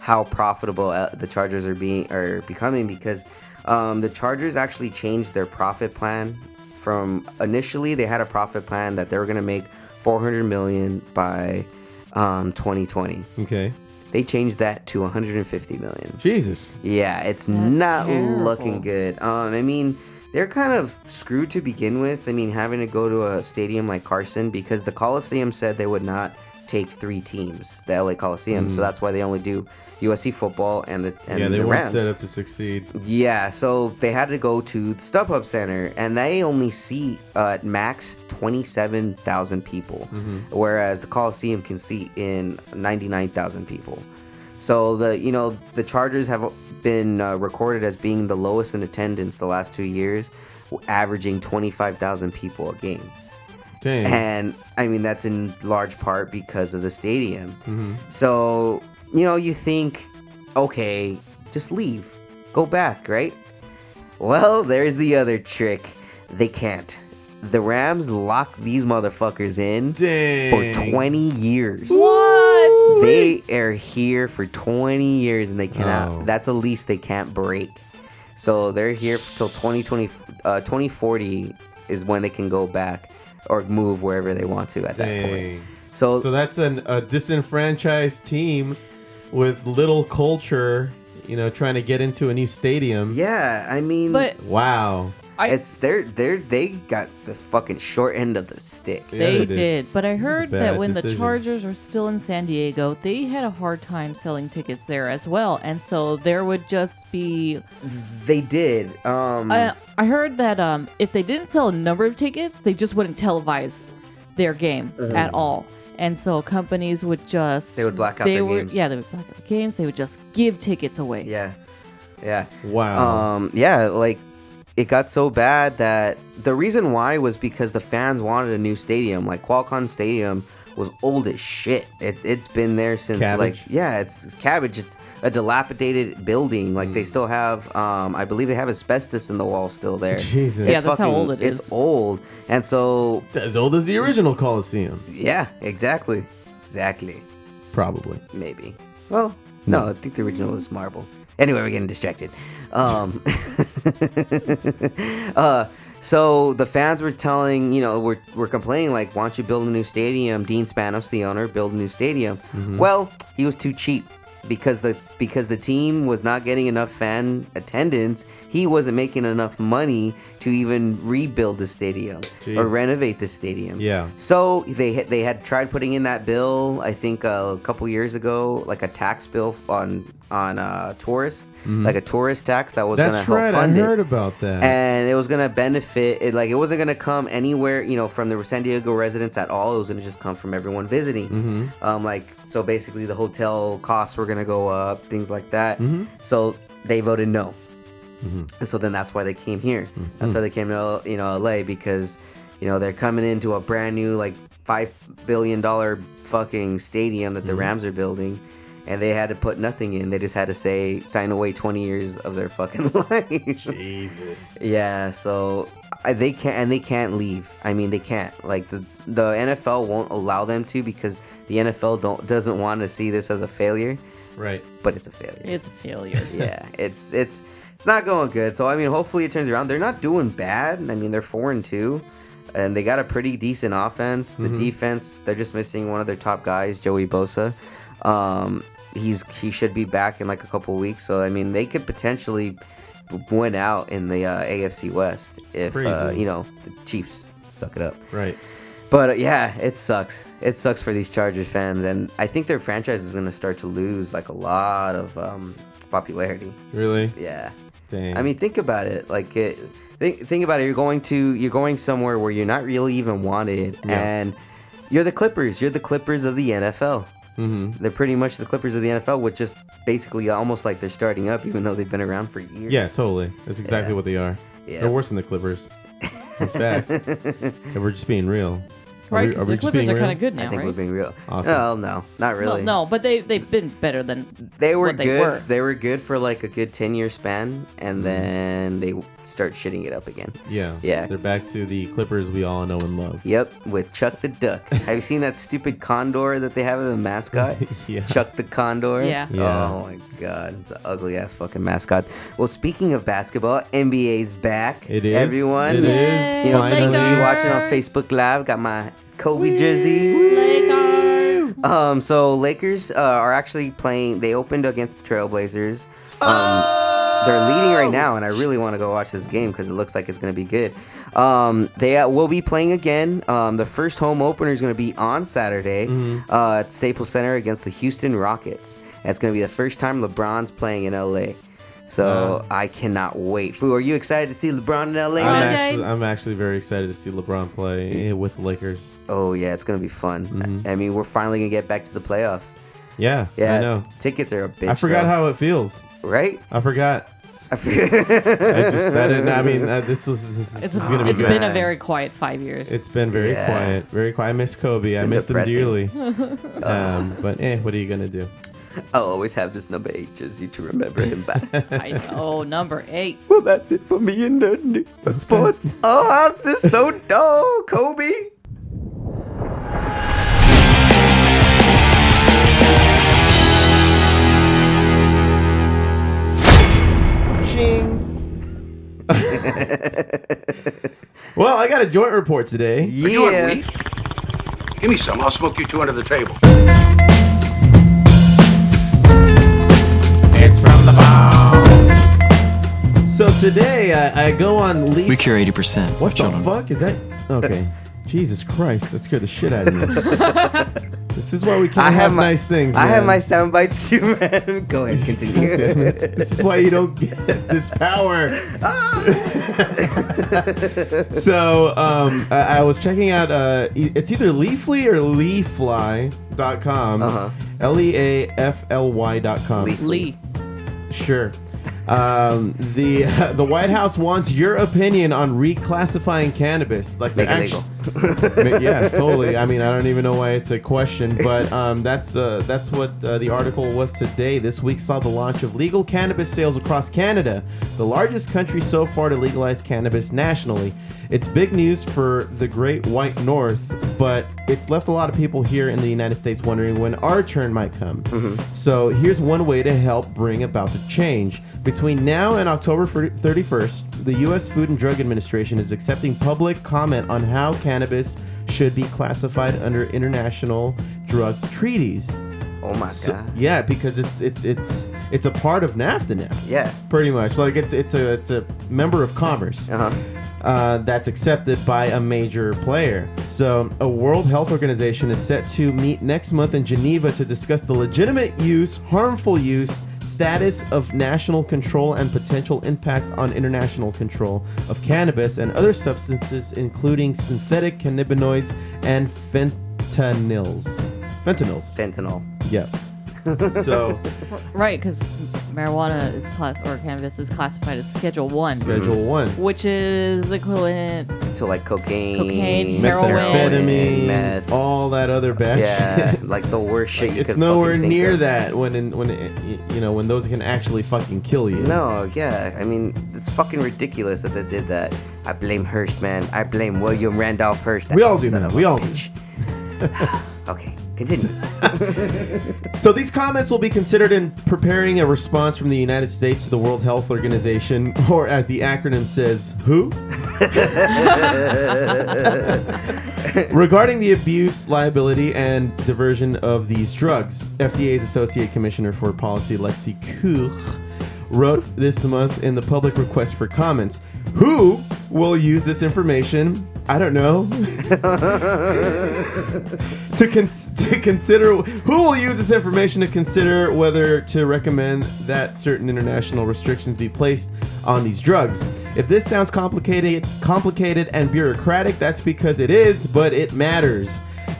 [SPEAKER 2] how profitable uh, the Chargers are being are becoming because um, the Chargers actually changed their profit plan from initially they had a profit plan that they were going to make 400 million by um, 2020.
[SPEAKER 1] Okay.
[SPEAKER 2] They changed that to 150 million.
[SPEAKER 1] Jesus.
[SPEAKER 2] Yeah, it's
[SPEAKER 3] That's
[SPEAKER 2] not
[SPEAKER 3] terrible.
[SPEAKER 2] looking good. Um, I mean, they're kind of screwed to begin with. I mean, having to go to a stadium like Carson because the Coliseum said they would not take three teams, the LA Coliseum. So that's why they only do USC football and the and
[SPEAKER 1] Mm. yeah, they
[SPEAKER 2] the
[SPEAKER 1] weren't
[SPEAKER 2] Rams.
[SPEAKER 1] set up to succeed.
[SPEAKER 2] Yeah, so they had to go to the StubHub Center, and they only seat uh, at max twenty-seven thousand people, whereas the Coliseum can seat in ninety-nine thousand people. So the you know the Chargers have been uh, recorded as being the lowest in attendance the last two years, averaging twenty-five thousand people a game.
[SPEAKER 1] Dang.
[SPEAKER 2] And I mean, that's in large part because of the stadium. So, you know, you think, okay, just leave, go back, right? Well, there's the other trick. They can't. The Rams lock these motherfuckers in
[SPEAKER 1] Dang.
[SPEAKER 2] for 20 years.
[SPEAKER 3] What?
[SPEAKER 2] They are here for 20 years and they cannot.
[SPEAKER 1] Oh.
[SPEAKER 2] That's a lease they can't break. So they're here till 2020, uh, 2040 is when they can go back or move wherever they want to at that point.
[SPEAKER 1] Dang.
[SPEAKER 2] So,
[SPEAKER 1] so that's an, a disenfranchised team with little culture, you know, trying to get into a new stadium.
[SPEAKER 2] yeah, I mean,
[SPEAKER 3] But
[SPEAKER 1] Wow.
[SPEAKER 3] I-
[SPEAKER 2] it's they're they're they got the fucking short end of the stick.
[SPEAKER 1] Yeah,
[SPEAKER 3] they
[SPEAKER 1] they
[SPEAKER 3] did.
[SPEAKER 1] did.
[SPEAKER 3] But I heard that
[SPEAKER 1] bad
[SPEAKER 3] when the
[SPEAKER 1] decision.
[SPEAKER 3] Chargers were still in San Diego, they had a hard time selling tickets there as well. And so there would just be.
[SPEAKER 2] They did. Um,
[SPEAKER 3] I, uh, I heard that um, if they didn't sell a number of tickets, they just wouldn't televise their game at all. And so companies would just.
[SPEAKER 2] Mm-hmm. They would black out
[SPEAKER 3] they
[SPEAKER 2] their
[SPEAKER 3] were-
[SPEAKER 2] games.
[SPEAKER 3] Yeah, they would black out the games. They would just give tickets away.
[SPEAKER 2] yeah, yeah.
[SPEAKER 1] Wow.
[SPEAKER 2] um yeah like it got so bad that the reason why was because the fans wanted a new stadium like qualcomm stadium was old as shit it, it's been there since
[SPEAKER 1] Cabbage?
[SPEAKER 2] like yeah it's, it's cabbage it's a dilapidated building like
[SPEAKER 1] Hmm.
[SPEAKER 2] they still have um i believe they have asbestos in the wall still there
[SPEAKER 1] Jesus.
[SPEAKER 2] It's
[SPEAKER 3] Yeah, that's how old it
[SPEAKER 2] it's
[SPEAKER 3] is.
[SPEAKER 2] old and so
[SPEAKER 1] It's as old as the original Coliseum,
[SPEAKER 2] yeah exactly exactly
[SPEAKER 1] probably.
[SPEAKER 2] maybe. Well, no, I think the original was marble. Anyway, we're getting distracted. Um, uh, so the fans were telling, you know, we're, were complaining, like, why don't you build a new stadium? Dean Spanos, the owner, build a new stadium. Well, he was too cheap because the because the team was not getting enough fan attendance. He wasn't making enough money to even rebuild the stadium or
[SPEAKER 1] Jeez.
[SPEAKER 2] renovate the stadium.
[SPEAKER 1] Yeah.
[SPEAKER 2] So they had- they had tried putting in that bill. I think uh, a couple years ago, like a tax bill on on uh, tourists, like a tourist tax that was going
[SPEAKER 1] Mm-hmm. That's
[SPEAKER 2] to help
[SPEAKER 1] right. I
[SPEAKER 2] fund
[SPEAKER 1] heard
[SPEAKER 2] it.
[SPEAKER 1] about that.
[SPEAKER 2] And it was gonna benefit. It, like it wasn't gonna come anywhere, you know, from the San Diego residents at all. It was gonna just come from everyone visiting. Um, like so, basically, the hotel costs were gonna go up, things like that. So they voted no. And so then that's why they came here. That's why they came to you know LA because you know they're coming into a brand new like five billion dollar fucking stadium that the Rams are building, and they had to put nothing in. They just had to say sign away twenty years of their fucking life.
[SPEAKER 1] Jesus.
[SPEAKER 2] yeah, so I, they can't and they can't leave. I mean they can't. Like the the NFL won't allow them to because the NFL don't doesn't want to see this as a failure,
[SPEAKER 1] Right.
[SPEAKER 2] but it's a failure
[SPEAKER 3] It's a failure.
[SPEAKER 2] yeah, it's it's it's not going good. So I mean, hopefully it turns around. They're not doing bad. I mean, they're four and two, and they got a pretty decent offense. The defense, they're just missing one of their top guys, Joey Bosa. Um, he's he should be back in like a couple weeks. So I mean, they could potentially win out in the uh, AFC West if uh,
[SPEAKER 1] Crazy.
[SPEAKER 2] you know the Chiefs suck it up.
[SPEAKER 1] Right.
[SPEAKER 2] But uh, yeah, it sucks. It sucks for these Chargers fans, and I think their franchise is going to start to lose like a lot of um, popularity.
[SPEAKER 1] Really?
[SPEAKER 2] Yeah.
[SPEAKER 1] Dang.
[SPEAKER 2] I mean, think about it. Like, it, think think about it. You're going to you're going somewhere where you're not really even wanted,
[SPEAKER 1] Yeah.
[SPEAKER 2] and you're the Clippers. You're the Clippers of the NFL.
[SPEAKER 1] hmm
[SPEAKER 2] They're pretty much the Clippers of the NFL, with just basically almost like they're starting up, even though they've been around for years.
[SPEAKER 1] Yeah, totally. That's exactly
[SPEAKER 2] Yeah.
[SPEAKER 1] what they are.
[SPEAKER 2] Yeah.
[SPEAKER 1] They're worse than the Clippers. In fact, if we're just being real,
[SPEAKER 3] right?
[SPEAKER 1] we- are we
[SPEAKER 3] Because the
[SPEAKER 1] just
[SPEAKER 3] Clippers
[SPEAKER 1] being
[SPEAKER 3] are kind
[SPEAKER 1] real?
[SPEAKER 3] of good
[SPEAKER 2] I
[SPEAKER 3] now,
[SPEAKER 2] think
[SPEAKER 3] right?
[SPEAKER 2] we're being real.
[SPEAKER 1] Awesome.
[SPEAKER 2] Well, no, not
[SPEAKER 3] Well,
[SPEAKER 2] really.
[SPEAKER 3] no, but they they've been better than
[SPEAKER 2] They were
[SPEAKER 3] what they
[SPEAKER 2] good. They
[SPEAKER 3] were.
[SPEAKER 2] were. good for like a good ten year span,
[SPEAKER 1] Mm-hmm.
[SPEAKER 2] and then they start shitting it up again.
[SPEAKER 1] Yeah.
[SPEAKER 2] Yeah.
[SPEAKER 1] They're back to the Clippers we all know and love.
[SPEAKER 2] Yep, with Chuck the Duck. Have you seen that stupid condor that they have as a mascot?
[SPEAKER 1] Yeah.
[SPEAKER 2] Chuck the Condor.
[SPEAKER 3] Yeah.
[SPEAKER 1] Yeah.
[SPEAKER 2] Oh my god, it's an ugly ass fucking mascot. Well, speaking of basketball, NBA's back.
[SPEAKER 1] It is.
[SPEAKER 2] Everyone.
[SPEAKER 1] It is.
[SPEAKER 3] Yay.
[SPEAKER 2] You know, for those of you
[SPEAKER 3] Lakers.
[SPEAKER 2] watching on Facebook Live, got my Kobe jersey. Whee!
[SPEAKER 3] Lakers.
[SPEAKER 2] Um, so Lakers uh, are actually playing. They opened against the Trailblazers. Um, They're leading
[SPEAKER 1] Oh!
[SPEAKER 2] right now, and I really want to go watch this game because it looks like it's going to be good. Um, they uh, will be playing again. Um, the first home opener is going to be on Saturday
[SPEAKER 1] Mm-hmm.
[SPEAKER 2] uh, at Staples Center against the Houston Rockets. And it's going to be the first time LeBron's playing in LA.
[SPEAKER 1] Uh-huh.
[SPEAKER 2] So I cannot wait. Foo, are you excited to see LeBron in LA?
[SPEAKER 1] I'm
[SPEAKER 2] man?
[SPEAKER 3] Jay.
[SPEAKER 1] actually, I'm actually very excited to see LeBron play eh, with the Lakers.
[SPEAKER 2] Oh yeah, it's going to be fun. I mean, we're finally going to get back to the playoffs.
[SPEAKER 1] Yeah,
[SPEAKER 2] Yeah,
[SPEAKER 1] Mm-hmm. I know.
[SPEAKER 2] tickets are a bitch.
[SPEAKER 1] I forgot
[SPEAKER 2] though.
[SPEAKER 1] how it feels.
[SPEAKER 2] right?
[SPEAKER 1] I forgot.
[SPEAKER 2] I forget-
[SPEAKER 1] I just that didn't, I mean uh, this was this, is-
[SPEAKER 3] It's,
[SPEAKER 1] this is gonna be
[SPEAKER 3] it's
[SPEAKER 1] good.
[SPEAKER 3] been a very quiet five years.
[SPEAKER 1] It's been very
[SPEAKER 2] Yeah.
[SPEAKER 1] quiet, very quiet. I miss Kobe.
[SPEAKER 2] It's
[SPEAKER 1] I
[SPEAKER 2] been
[SPEAKER 1] miss
[SPEAKER 2] depressing.
[SPEAKER 1] him dearly. um, but eh, what are you gonna do?
[SPEAKER 2] I'll always have this number eight jersey to remember him by.
[SPEAKER 3] I know. Number eight.
[SPEAKER 2] well, that's it for me in the news of sports. oh, I'm just so dull, Kobe.
[SPEAKER 1] Ching. well, I got a joint report today.
[SPEAKER 2] Yeah.
[SPEAKER 4] Give me some. I'll smoke you two under the table.
[SPEAKER 1] It's from the bomb. So today I, I go on leave.
[SPEAKER 8] We cure 80%.
[SPEAKER 1] What the fuck is that? Okay. Jesus Christ, that scared the shit out of me. this is why we can't
[SPEAKER 2] I
[SPEAKER 1] have,
[SPEAKER 2] have my-
[SPEAKER 1] nice things.
[SPEAKER 2] I have
[SPEAKER 1] man.
[SPEAKER 2] my sound bites too, man. Go ahead,
[SPEAKER 1] Damn
[SPEAKER 2] continue.
[SPEAKER 1] it. This is why you don't get this power. so um, I, I was checking out. Uh, e- it's either Leafly or Leafly.com.
[SPEAKER 2] Uh-huh.
[SPEAKER 1] L e a f l y dot com.
[SPEAKER 2] Leaf-
[SPEAKER 3] Lee.
[SPEAKER 1] Sure. Um, the the White House wants your opinion on reclassifying cannabis, like
[SPEAKER 2] Make
[SPEAKER 1] the
[SPEAKER 2] it
[SPEAKER 1] act-
[SPEAKER 2] legal.
[SPEAKER 1] Ma- yeah, totally. I mean, I don't even know why it's a question, but um, that's uh, that's what uh, the article was today. This week saw the launch of legal cannabis sales across Canada, the largest country so far to legalize cannabis nationally. It's big news for the Great White North, but it's left a lot of people here in the United States wondering when our turn might come. So here's one way to help bring about the change. Between now and October fir- 31st, the U.S. Food and Drug Administration is accepting public comment on how cannabis should be classified under international drug treaties.
[SPEAKER 2] oh my god.
[SPEAKER 1] Yeah, because it's it's it's it's a part of NAFTA now.
[SPEAKER 2] Yeah.
[SPEAKER 1] Pretty much, like it's it's a it's a member of commerce
[SPEAKER 2] Uh huh.
[SPEAKER 1] uh, that's accepted by a major player. So, a World Health Organization is set to meet next month in Geneva to discuss the legitimate use, harmful use, status of national control, and potential impact on international control of cannabis and other substances, including synthetic cannabinoids and fentanyls. Fentanyls.
[SPEAKER 2] Fentanyl.
[SPEAKER 1] Yeah. so,
[SPEAKER 3] Right, because marijuana is class or cannabis is classified as Schedule One,
[SPEAKER 1] Schedule 1.
[SPEAKER 3] which is equivalent.
[SPEAKER 2] To like cocaine.
[SPEAKER 3] Cocaine, heroin.
[SPEAKER 1] Methamphetamine,
[SPEAKER 2] meth.
[SPEAKER 1] all that other bad shit.
[SPEAKER 2] Yeah, like the worst shit you could
[SPEAKER 1] it's nowhere
[SPEAKER 2] fucking think
[SPEAKER 1] near
[SPEAKER 2] of.
[SPEAKER 1] that when in, when it, y- you know when those can actually fucking kill you.
[SPEAKER 2] No, yeah. I mean, it's fucking ridiculous that they did that. I blame Hearst, man. I blame William Randolph Hearst. that
[SPEAKER 1] We all do,
[SPEAKER 2] son
[SPEAKER 1] man.
[SPEAKER 2] of a
[SPEAKER 1] We all do.
[SPEAKER 2] bitch. okay, continue.
[SPEAKER 1] So these comments will be considered in preparing a response from the United States to the World Health Organization, or as the acronym says, WHO. Regarding the abuse, liability, and diversion of these drugs, FDA's Associate Commissioner for Policy, Lexi Kuch, wrote this month in the public request for comments. Who will use this information? I don't know. to, cons- to consider who will use this information to consider whether to recommend that certain international restrictions be placed on these drugs. If this sounds complicated, complicated and bureaucratic, that's because it is, but it matters.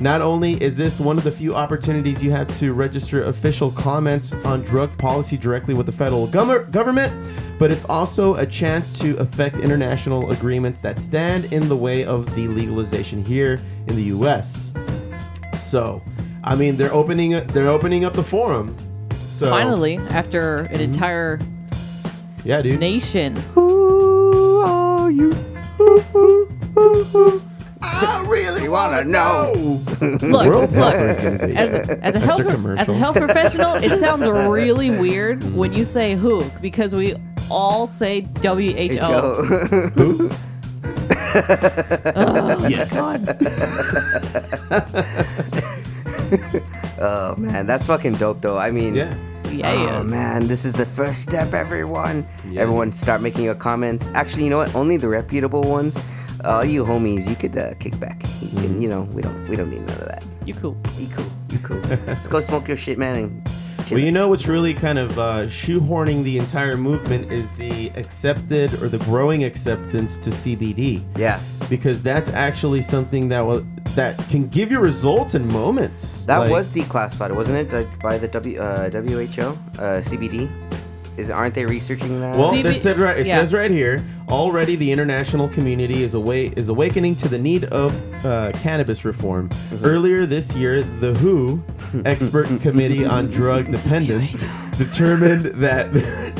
[SPEAKER 1] Not only is this one of the few opportunities you have to register official comments on drug policy directly with the federal gover- government, but it's also a chance to affect international agreements that stand in the way of the legalization here in the US. So, I mean, they're opening they're opening up the forum. So
[SPEAKER 3] Finally, after an entire
[SPEAKER 1] yeah, dude.
[SPEAKER 3] nation.
[SPEAKER 1] Who are you? Who, who, who, who?
[SPEAKER 2] I really want to know.
[SPEAKER 3] Look,
[SPEAKER 1] World Health
[SPEAKER 3] look.
[SPEAKER 1] Organization.
[SPEAKER 3] As a, as a
[SPEAKER 1] That's
[SPEAKER 3] health
[SPEAKER 1] their
[SPEAKER 3] pro- as a
[SPEAKER 1] commercial.
[SPEAKER 3] health professional, it sounds really weird when you say who because we all say WHO.
[SPEAKER 2] Joe.
[SPEAKER 7] Yes.
[SPEAKER 2] oh man, that's fucking dope though. I mean,
[SPEAKER 1] yeah.
[SPEAKER 3] Yeah,
[SPEAKER 2] Oh
[SPEAKER 3] yeah.
[SPEAKER 2] man, this is the first step, everyone.
[SPEAKER 1] Yeah,
[SPEAKER 2] everyone, start making your comments. Actually, you know what? Only the reputable ones. All you homies, you could uh, kick back. You,
[SPEAKER 1] Mm-hmm.
[SPEAKER 2] can, you know, we don't, we don't need none of that.
[SPEAKER 3] You cool.
[SPEAKER 2] You cool, you cool. Let's go smoke your shit, man. And chill.
[SPEAKER 1] Well, you know what's really kind of uh, shoehorning the entire movement is the accepted or the growing acceptance to CBD,
[SPEAKER 2] yeah,
[SPEAKER 1] because that's actually something that will that can give you results in moments.
[SPEAKER 2] that
[SPEAKER 1] Like-
[SPEAKER 2] was declassified, wasn't it? Like, By the w, uh, WHO, uh, CBD. Is aren't they researching that?
[SPEAKER 1] Well,
[SPEAKER 3] CB
[SPEAKER 1] it said right. It
[SPEAKER 3] yeah.
[SPEAKER 1] says right here. Already, the international community is away is awakening to the need of uh, cannabis reform. Earlier this year, the WHO expert committee on drug dependence determined that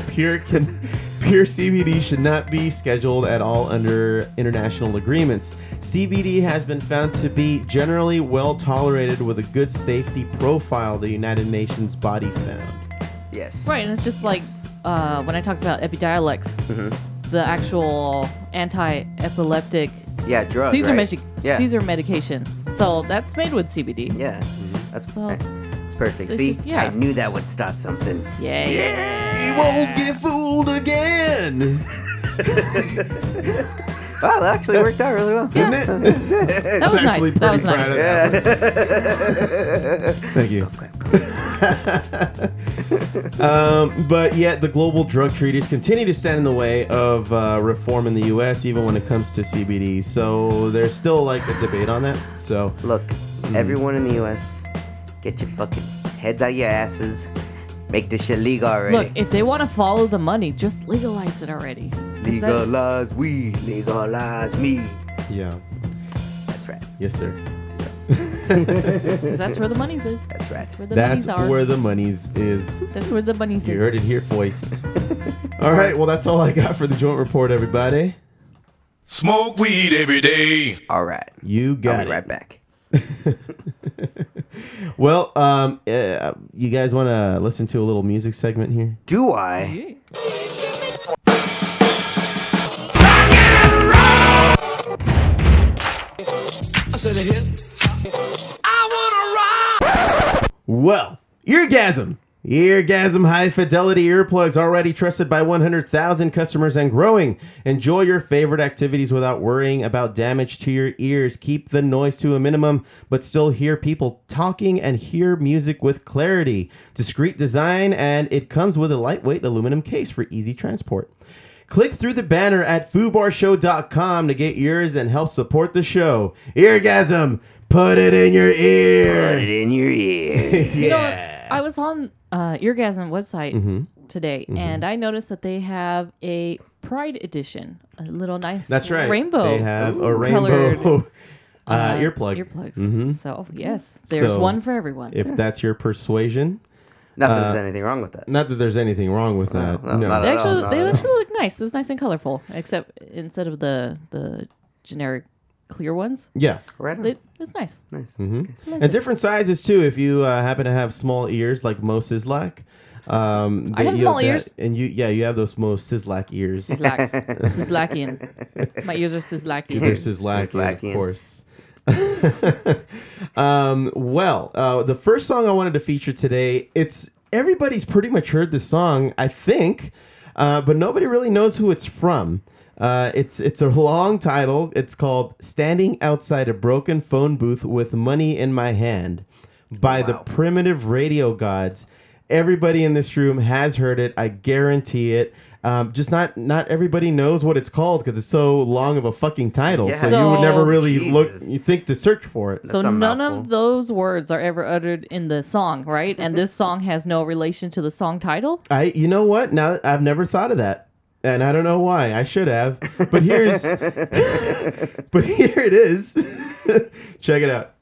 [SPEAKER 1] pure can. Pure CBD should not be scheduled at all under international agreements. CBD has been found to be generally well tolerated with a good safety profile, the United Nations body found.
[SPEAKER 2] yes.
[SPEAKER 3] Right, and it's just like uh, when I talked about Epidiolex, the actual anti-epileptic
[SPEAKER 2] Yeah, drug.
[SPEAKER 3] Caesar,
[SPEAKER 2] right?
[SPEAKER 3] medic-
[SPEAKER 2] Yeah.
[SPEAKER 3] Caesar medication. So that's made with CBD.
[SPEAKER 2] Yeah, that's
[SPEAKER 3] So-
[SPEAKER 2] that's perfect.
[SPEAKER 3] This
[SPEAKER 2] See,
[SPEAKER 3] is- yeah.
[SPEAKER 2] I knew that would start something.
[SPEAKER 3] Yeah, yeah.
[SPEAKER 1] He won't get fooled again.
[SPEAKER 2] Wow, that actually worked out really well.
[SPEAKER 1] Didn't it?
[SPEAKER 3] That was nice. That was nice.
[SPEAKER 1] Thank you. um, but yet, the global drug treaties continue to stand in the way of uh, reform in the U.S., even when it comes to CBD. So there's still like a debate on that. So
[SPEAKER 2] Look,
[SPEAKER 1] Hmm.
[SPEAKER 2] everyone in the U.S., get your fucking heads out your asses. Make this shit legal
[SPEAKER 3] Look,
[SPEAKER 2] already.
[SPEAKER 3] if they want to follow the money, just legalize it already. 'Cause that-
[SPEAKER 2] legalize we, legalize me.
[SPEAKER 1] yeah,
[SPEAKER 2] That's right.
[SPEAKER 1] yes, sir.
[SPEAKER 3] Because that's where the money's is.
[SPEAKER 2] That's right.
[SPEAKER 3] Where the
[SPEAKER 1] That's
[SPEAKER 3] monies are.
[SPEAKER 1] where the monies is.
[SPEAKER 3] that's where the money's
[SPEAKER 1] You
[SPEAKER 3] is.
[SPEAKER 1] heard it here, voiced. all right. Well, that's all I got for the joint report, everybody.
[SPEAKER 4] Smoke weed every day.
[SPEAKER 2] All right.
[SPEAKER 1] You
[SPEAKER 2] I'll
[SPEAKER 1] got
[SPEAKER 2] be
[SPEAKER 1] it.
[SPEAKER 2] right back.
[SPEAKER 1] Well, um, uh, you guys want to listen to a little music segment here?
[SPEAKER 2] Do I?
[SPEAKER 1] Well, Eargasm! Eargasm high fidelity earplugs already trusted by 100,000 customers and growing. Enjoy your favorite activities without worrying about damage to your ears. Keep the noise to a minimum, but still hear people talking and hear music with clarity. Discreet design, and it comes with a lightweight aluminum case for easy transport. Click through the banner at foobarshow.com to get yours and help support the show. Eargasm! Put it in your
[SPEAKER 2] Put it
[SPEAKER 1] ear!
[SPEAKER 2] in your ear.
[SPEAKER 3] You know, I was on uh, Eargasm website
[SPEAKER 1] Mm-hmm.
[SPEAKER 3] today, and I noticed that they have a Pride edition, a little nice
[SPEAKER 1] That's right.
[SPEAKER 3] rainbow.
[SPEAKER 1] They have a
[SPEAKER 3] colored,
[SPEAKER 1] rainbow uh,
[SPEAKER 3] uh,
[SPEAKER 1] earplug. Mm-hmm.
[SPEAKER 3] Earplugs. So oh, yes, there's
[SPEAKER 1] So,
[SPEAKER 3] one for everyone.
[SPEAKER 1] If that's your persuasion,
[SPEAKER 2] Not
[SPEAKER 1] Uh,
[SPEAKER 2] that there's anything wrong with that.
[SPEAKER 1] not that there's anything wrong with that.
[SPEAKER 2] no,
[SPEAKER 1] no.
[SPEAKER 2] not
[SPEAKER 3] they
[SPEAKER 2] at
[SPEAKER 3] actually,
[SPEAKER 2] all,
[SPEAKER 3] they
[SPEAKER 2] no.
[SPEAKER 3] actually look nice. It's nice and colorful, except instead of the the generic clear ones,
[SPEAKER 1] yeah,
[SPEAKER 2] Right on.
[SPEAKER 3] they, it's nice.
[SPEAKER 2] Hmm. nice.
[SPEAKER 1] Mm-hmm. and different sizes too. If you uh, happen to have small ears, like Mo Sislak, um,
[SPEAKER 3] I
[SPEAKER 1] that
[SPEAKER 3] have
[SPEAKER 1] you
[SPEAKER 3] small
[SPEAKER 1] that-
[SPEAKER 3] ears.
[SPEAKER 1] and you yeah, you have those Mo Sislak ears.
[SPEAKER 3] Sislak, Sislakian. My ears are Sislakian.
[SPEAKER 1] They're Sislak,
[SPEAKER 2] Sislakian.
[SPEAKER 1] of course. um, well, uh, the first song I wanted to feature today, it's everybody's pretty much heard this song, I think, uh, but nobody really knows who it's from. Uh, it's it's a long title. It's called "Standing Outside a Broken Phone Booth with Money in My Hand" by the Primitive Radio Gods. Everybody in this room has heard it. I guarantee it. Um, just not not everybody knows what it's called because it's so long of a fucking title,
[SPEAKER 2] Yeah.
[SPEAKER 1] so, you would
[SPEAKER 3] So-
[SPEAKER 1] never really
[SPEAKER 2] Jesus.
[SPEAKER 1] look. You think to search for it.
[SPEAKER 3] So
[SPEAKER 2] That's a
[SPEAKER 3] none
[SPEAKER 2] mouthful.
[SPEAKER 3] of those words are ever uttered in the song, right? And this song has no relation to the song title.
[SPEAKER 1] I you know what? Now that- I've never thought of that. And I don't know why. I should have. But here's But here it is. Check it out.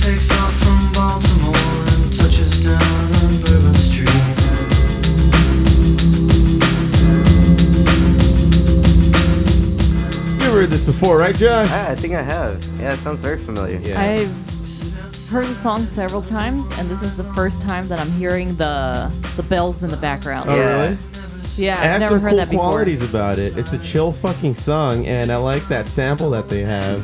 [SPEAKER 8] Takes off from Baltimore and touches down on Bourbon Street.
[SPEAKER 1] You heard this before, right, Josh?
[SPEAKER 2] Ah, I think I have. Yeah, it sounds very familiar.
[SPEAKER 3] I've heard the song several times, and this is the first time that I'm hearing the the bells in the background.
[SPEAKER 1] Oh,
[SPEAKER 3] Yeah,
[SPEAKER 2] Yeah.
[SPEAKER 1] really? it
[SPEAKER 3] I've
[SPEAKER 1] has
[SPEAKER 3] never
[SPEAKER 1] some
[SPEAKER 3] heard
[SPEAKER 1] cool
[SPEAKER 3] that before.
[SPEAKER 1] qualities about it. It's a chill fucking song, and I like that sample that they have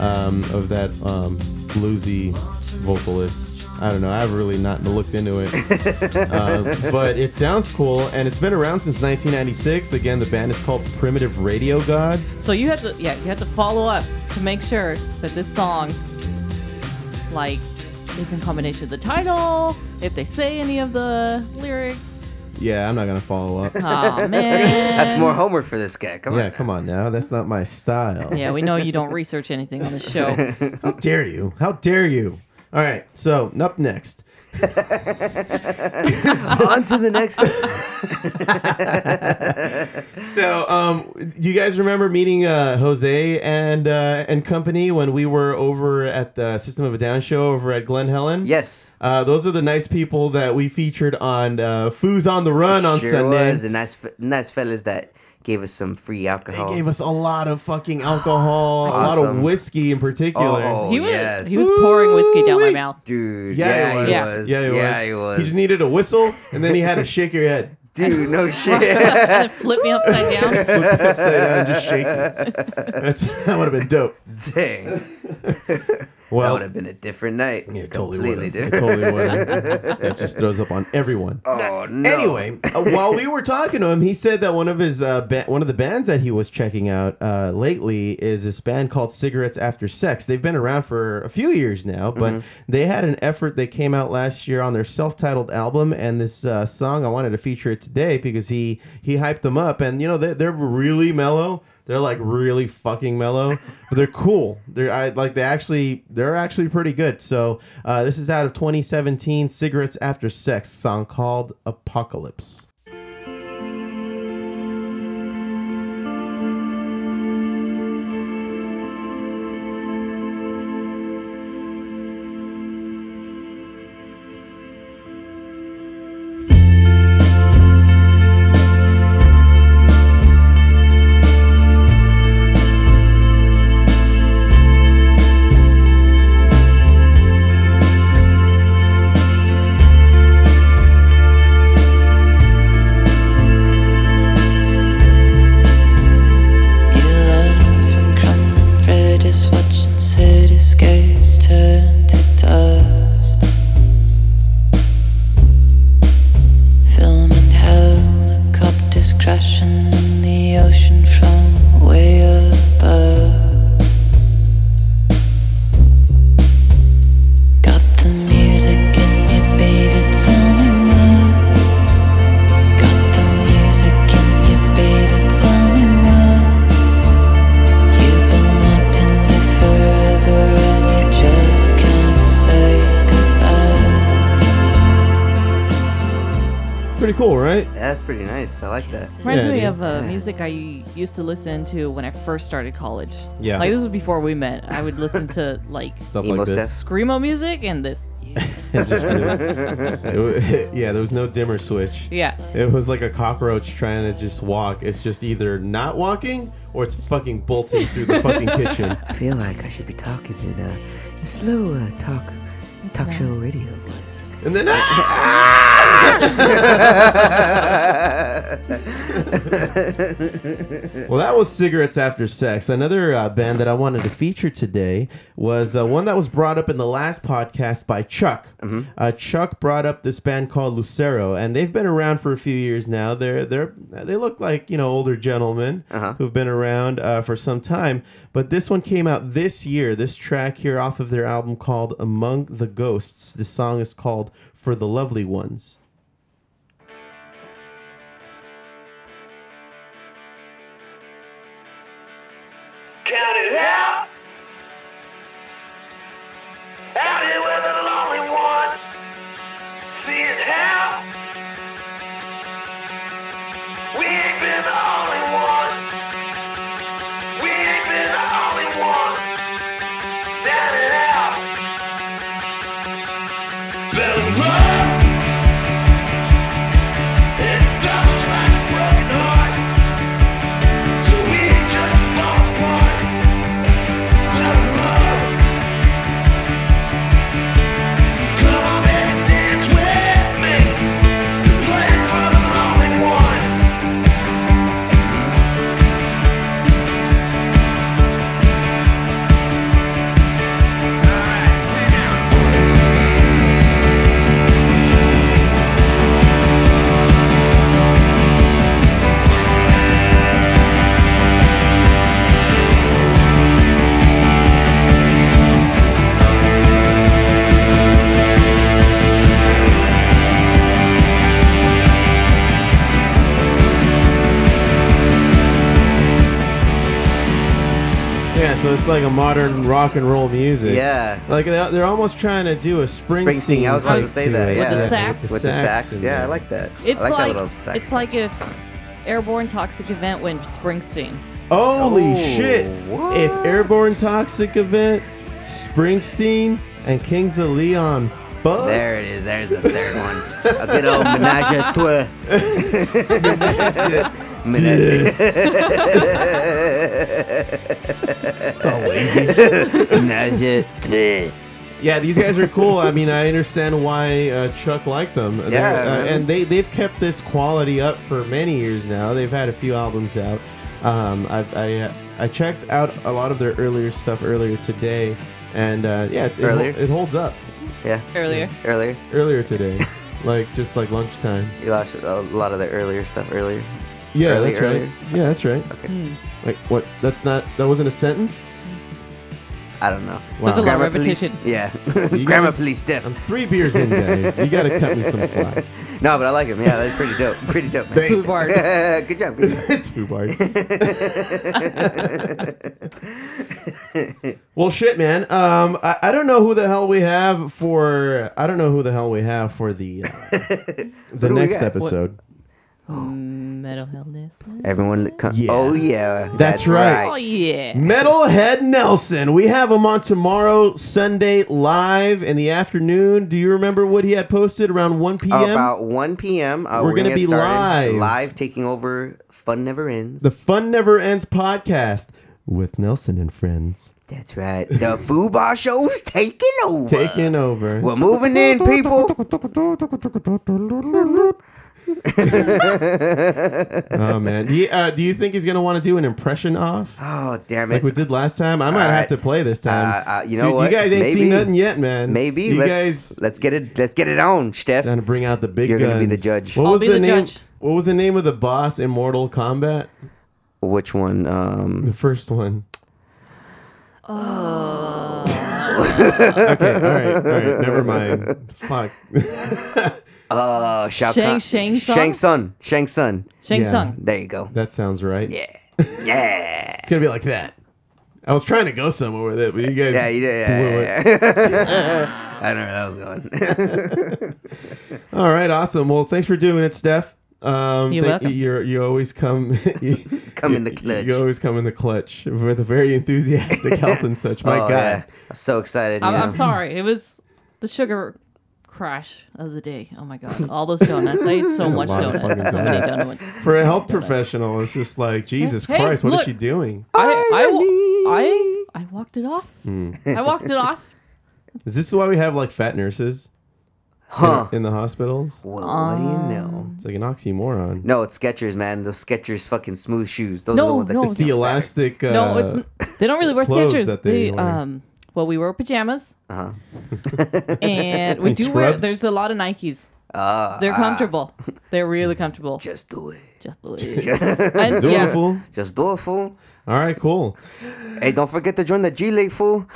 [SPEAKER 1] um, of that um, bluesy vocalist. I don't know. I've really not looked into it, uh, but it sounds cool, and it's been around since 1996. Again, the band is called Primitive Radio Gods.
[SPEAKER 3] So you have to, yeah, you have to follow up to make sure that this song, like, is in combination with the title. If they say any of the lyrics,
[SPEAKER 1] Yeah, I'm not gonna follow up.
[SPEAKER 3] oh man,
[SPEAKER 2] That's more homework for this guy. Come on.
[SPEAKER 1] yeah, come on now. That's not my style.
[SPEAKER 3] Yeah, we know you don't research anything on the show.
[SPEAKER 1] How dare you? How dare you? All right. So up next.
[SPEAKER 2] on to the next one.
[SPEAKER 1] So, um, do you guys remember meeting uh, Jose and uh, and company when we were over at the System of a Down show over at Glen Helen?
[SPEAKER 2] Yes.
[SPEAKER 1] Uh, those are the nice people that we featured on uh, Foo's on the Run on
[SPEAKER 2] sure
[SPEAKER 1] Sunday.
[SPEAKER 2] was the nice, fe- nice fellas that gave us some free alcohol.
[SPEAKER 1] They gave us a lot of fucking alcohol, a lot
[SPEAKER 2] Awesome.
[SPEAKER 1] of whiskey in particular.
[SPEAKER 2] Oh,
[SPEAKER 3] he was
[SPEAKER 2] yes.
[SPEAKER 3] he was pouring whiskey down my
[SPEAKER 1] Woo-wee.
[SPEAKER 3] mouth.
[SPEAKER 2] Dude,
[SPEAKER 1] Yeah,
[SPEAKER 2] yeah,
[SPEAKER 1] he
[SPEAKER 3] Yeah.
[SPEAKER 1] was.
[SPEAKER 2] he was.
[SPEAKER 1] Yeah, he was. He just needed a whistle, and then he had to shake your head.
[SPEAKER 2] Dude, no shit.
[SPEAKER 3] and it flipped me upside down.
[SPEAKER 1] Flip it upside down and just shake it. That's, that would have been dope.
[SPEAKER 2] Dang. that
[SPEAKER 1] Well,
[SPEAKER 2] would have been a different night.
[SPEAKER 1] Yeah, it totally
[SPEAKER 2] Completely
[SPEAKER 1] would.
[SPEAKER 2] different.
[SPEAKER 1] Totally would. that just throws up on everyone.
[SPEAKER 2] Oh, no.
[SPEAKER 1] Anyway, uh, while we were talking to him, he said that one of his uh, ba- one of the bands that he was checking out uh, lately is this band called Cigarettes After Sex. They've been around for a few years now, but
[SPEAKER 2] Mm-hmm.
[SPEAKER 1] they had an effort that came out last year on their self-titled album, and this uh, song I wanted to feature it today because he he hyped them up, and you know they, they're really mellow. They're like really fucking mellow, but they're cool. They're I, like they actually they're actually pretty good. So uh, this is out of 2017, "Cigarettes After Sex" song called "Apocalypse." pretty cool, right?
[SPEAKER 2] That's pretty nice. I like that.
[SPEAKER 3] Reminds
[SPEAKER 1] Yeah,
[SPEAKER 3] me
[SPEAKER 1] dude.
[SPEAKER 3] of uh, music I used to listen to when I first started college.
[SPEAKER 1] Yeah.
[SPEAKER 3] Like this was before we met. I would listen to like
[SPEAKER 1] Stuff
[SPEAKER 2] Emo
[SPEAKER 1] like this.
[SPEAKER 3] screamo music and this.
[SPEAKER 1] It wa- yeah, there was no dimmer switch.
[SPEAKER 3] Yeah.
[SPEAKER 1] It was like a cockroach trying to just walk. It's just either not walking or it's fucking bolting through the fucking kitchen.
[SPEAKER 2] I feel like I should be talking in uh, the slow uh, talk talk show radio voice.
[SPEAKER 1] And then ah! Well, that was Cigarettes After Sex. Another uh, band that I wanted to feature today was uh, one that was brought up in the last podcast by Chuck. Uh, Chuck brought up this band called Lucero, and they've been around for a few years now. They're they're they look like you know older gentlemen who've been around uh, for some time. But this one came out this year. This track here off of their album called Among the Ghosts. The song is called For the Lovely Ones.
[SPEAKER 9] Count it out. Out here where the lonely ones see it how. We ain't been the only ones. We ain't been the only ones. Down and out. Fell in love. It felt like a broken heart. So we just fall apart. Fell in love. Come on, baby, dance with me. Playing for the lonely ones.
[SPEAKER 1] Yeah, so it's like a modern rock and roll music.
[SPEAKER 2] Yeah.
[SPEAKER 1] Like they're, they're almost trying to do a Springsteen.
[SPEAKER 2] Springsteen, I was about to
[SPEAKER 1] type
[SPEAKER 2] say that.
[SPEAKER 1] it,
[SPEAKER 2] Yeah.
[SPEAKER 3] With the sax.
[SPEAKER 2] With the sax.
[SPEAKER 1] in
[SPEAKER 2] Yeah, I
[SPEAKER 1] there.
[SPEAKER 2] like that.
[SPEAKER 3] It's
[SPEAKER 2] I like, that
[SPEAKER 3] like,
[SPEAKER 2] little sax.
[SPEAKER 3] it's like if Airborne Toxic Event went Springsteen.
[SPEAKER 1] Holy
[SPEAKER 2] Oh,
[SPEAKER 1] shit!
[SPEAKER 2] what?
[SPEAKER 1] If Airborne Toxic Event, Springsteen, and Kings of Leon, fuck.
[SPEAKER 2] there it is. There's the third one. A good old menage a trois. Menage menage a trois.
[SPEAKER 1] Yeah, these guys are cool. I mean, I understand why uh, Chuck liked them. They're-
[SPEAKER 2] Yeah,
[SPEAKER 1] uh,
[SPEAKER 2] man.
[SPEAKER 1] and they they've kept this quality up for many years now. They've had a few albums out. Um, I've, I uh, I checked out a lot of their earlier stuff earlier today, and uh, yeah, it, it, hol-
[SPEAKER 2] Earlier?
[SPEAKER 1] it holds up.
[SPEAKER 2] Yeah.
[SPEAKER 3] Earlier.
[SPEAKER 2] Earlier.
[SPEAKER 1] Earlier today, like just like lunchtime.
[SPEAKER 2] You lost a lot of the earlier stuff earlier.
[SPEAKER 1] Yeah,
[SPEAKER 2] Early,
[SPEAKER 1] that's
[SPEAKER 2] earlier?
[SPEAKER 1] right. Yeah, that's right.
[SPEAKER 2] Okay.
[SPEAKER 1] Like what? That's not. That wasn't a sentence.
[SPEAKER 2] I don't know.
[SPEAKER 1] Wow. There's a
[SPEAKER 3] lot of
[SPEAKER 2] Grammar police-
[SPEAKER 3] repetition.
[SPEAKER 2] Yeah.
[SPEAKER 1] You
[SPEAKER 2] Grammar
[SPEAKER 1] guys-
[SPEAKER 2] police stuff.
[SPEAKER 1] I'm three beers in, guys. You gotta cut me some slack.
[SPEAKER 2] No, but I like him. Yeah, that's pretty dope. Pretty dope. man.
[SPEAKER 3] Thanks. Bouvard.
[SPEAKER 2] good job. Good job.
[SPEAKER 1] it's too hard. well, shit, man. Um, I, I don't know who the hell we have for. I don't know who the hell we have for the uh, the
[SPEAKER 2] do we
[SPEAKER 1] next
[SPEAKER 2] got?
[SPEAKER 1] episode.
[SPEAKER 3] Mm, Metal Illness.
[SPEAKER 2] Everyone, come.
[SPEAKER 1] Yeah.
[SPEAKER 2] Oh yeah,
[SPEAKER 1] That's right.
[SPEAKER 3] Oh yeah.
[SPEAKER 1] Metalhead Nelson. We have him on tomorrow, Sunday, live in the afternoon. Do you remember what he had posted around 1
[SPEAKER 3] Oh,
[SPEAKER 1] p.m.?
[SPEAKER 2] About 1 p.m. Uh,
[SPEAKER 1] We're gonna
[SPEAKER 2] get
[SPEAKER 1] be
[SPEAKER 2] started.
[SPEAKER 1] live.
[SPEAKER 2] live, taking over. Fun never ends.
[SPEAKER 1] the Fun Never Ends podcast with Nelson and friends
[SPEAKER 2] That's right. The Fubar show's taking over.
[SPEAKER 1] taking over.
[SPEAKER 2] We're moving in, people.
[SPEAKER 1] oh man, do you, uh, do you think he's gonna want to do an impression off?
[SPEAKER 2] Oh damn
[SPEAKER 1] like
[SPEAKER 2] it!
[SPEAKER 1] we did last time. I might have
[SPEAKER 2] right.
[SPEAKER 1] to play this time.
[SPEAKER 2] Uh, uh, you know
[SPEAKER 1] Dude,
[SPEAKER 2] what?
[SPEAKER 1] You guys ain't seen
[SPEAKER 2] Maybe.
[SPEAKER 1] nothing yet, man.
[SPEAKER 2] Maybe
[SPEAKER 1] you
[SPEAKER 2] let's
[SPEAKER 1] guys
[SPEAKER 2] let's get it let's get it on, Steph.
[SPEAKER 1] trying to bring out the big
[SPEAKER 2] You're
[SPEAKER 1] guns.
[SPEAKER 2] gonna be the judge.
[SPEAKER 1] What
[SPEAKER 3] I'll
[SPEAKER 1] was
[SPEAKER 3] be
[SPEAKER 1] the,
[SPEAKER 3] the
[SPEAKER 1] name?
[SPEAKER 3] judge.
[SPEAKER 1] What was the name of the boss in Mortal Kombat?
[SPEAKER 2] Which one?
[SPEAKER 1] The
[SPEAKER 2] Um,
[SPEAKER 1] first one. okay. All right. All right. Never mind. Fuck.
[SPEAKER 2] uh, Shao
[SPEAKER 3] Shang-
[SPEAKER 2] Kahn. Shang
[SPEAKER 3] Shang Tsung?
[SPEAKER 2] Sun. Shang Sun.
[SPEAKER 3] Shang
[SPEAKER 1] Yeah.
[SPEAKER 3] Tsung.
[SPEAKER 2] There you go.
[SPEAKER 1] That sounds right. Yeah.
[SPEAKER 2] Yeah.
[SPEAKER 1] It's gonna be like that. I was trying to go somewhere with it, but you guys.
[SPEAKER 2] Yeah, you did. Yeah,
[SPEAKER 1] blew it.
[SPEAKER 2] yeah, yeah. I don't know where that was going.
[SPEAKER 1] All right, awesome. Well, thanks for doing it, Steph. Um,
[SPEAKER 2] You're
[SPEAKER 1] thank-
[SPEAKER 2] welcome.
[SPEAKER 1] You're, you always come. you,
[SPEAKER 2] Come in the
[SPEAKER 1] you-
[SPEAKER 2] clutch.
[SPEAKER 1] You always come in the clutch with a very enthusiastic health and such. My
[SPEAKER 2] Oh,
[SPEAKER 1] God.
[SPEAKER 2] yeah. I'm so excited.
[SPEAKER 3] I'm,
[SPEAKER 2] you
[SPEAKER 3] I'm
[SPEAKER 2] know.
[SPEAKER 3] sorry. It was the sugar crash of the day. Oh my god, all those donuts. I ate so
[SPEAKER 1] A
[SPEAKER 3] much
[SPEAKER 1] lot of
[SPEAKER 3] donuts.
[SPEAKER 1] fucking
[SPEAKER 3] So many
[SPEAKER 1] donuts.
[SPEAKER 3] donuts.
[SPEAKER 1] For a health professional, it's just like Jesus
[SPEAKER 3] Hey,
[SPEAKER 1] Christ. What is
[SPEAKER 3] look. Oh.
[SPEAKER 1] she doing?
[SPEAKER 3] I, I, wa- I, I walked it off.
[SPEAKER 1] Hmm.
[SPEAKER 3] I walked it off.
[SPEAKER 1] Is this why we have like fat nurses?
[SPEAKER 2] Huh.
[SPEAKER 1] In, in the hospitals?
[SPEAKER 2] Well, what do you know?
[SPEAKER 3] Um,
[SPEAKER 1] It's like an oxymoron.
[SPEAKER 2] No, it's Skechers, man. Those Skechers fucking smooth shoes. Those are
[SPEAKER 3] No,
[SPEAKER 2] the ones that
[SPEAKER 3] no,
[SPEAKER 2] can
[SPEAKER 3] it's
[SPEAKER 1] It's the elastic. Uh,
[SPEAKER 3] no, it's n- they don't really wear
[SPEAKER 1] clothes
[SPEAKER 3] Skechers.
[SPEAKER 1] that
[SPEAKER 3] They,
[SPEAKER 1] they wear.
[SPEAKER 3] um, well, we wear pajamas,
[SPEAKER 2] Uh-huh.
[SPEAKER 3] and we
[SPEAKER 1] And
[SPEAKER 3] do wear.
[SPEAKER 1] scrubs? Uh,
[SPEAKER 3] There's a lot of Nikes.
[SPEAKER 2] Ah,
[SPEAKER 3] They're
[SPEAKER 2] ah.
[SPEAKER 3] comfortable. They're really comfortable.
[SPEAKER 2] Just do it.
[SPEAKER 3] Just do it. And-
[SPEAKER 1] Do it,
[SPEAKER 3] yeah.
[SPEAKER 1] fool.
[SPEAKER 2] Just do it, fool.
[SPEAKER 1] All right, cool.
[SPEAKER 2] Hey, don't forget to join the G League, fool.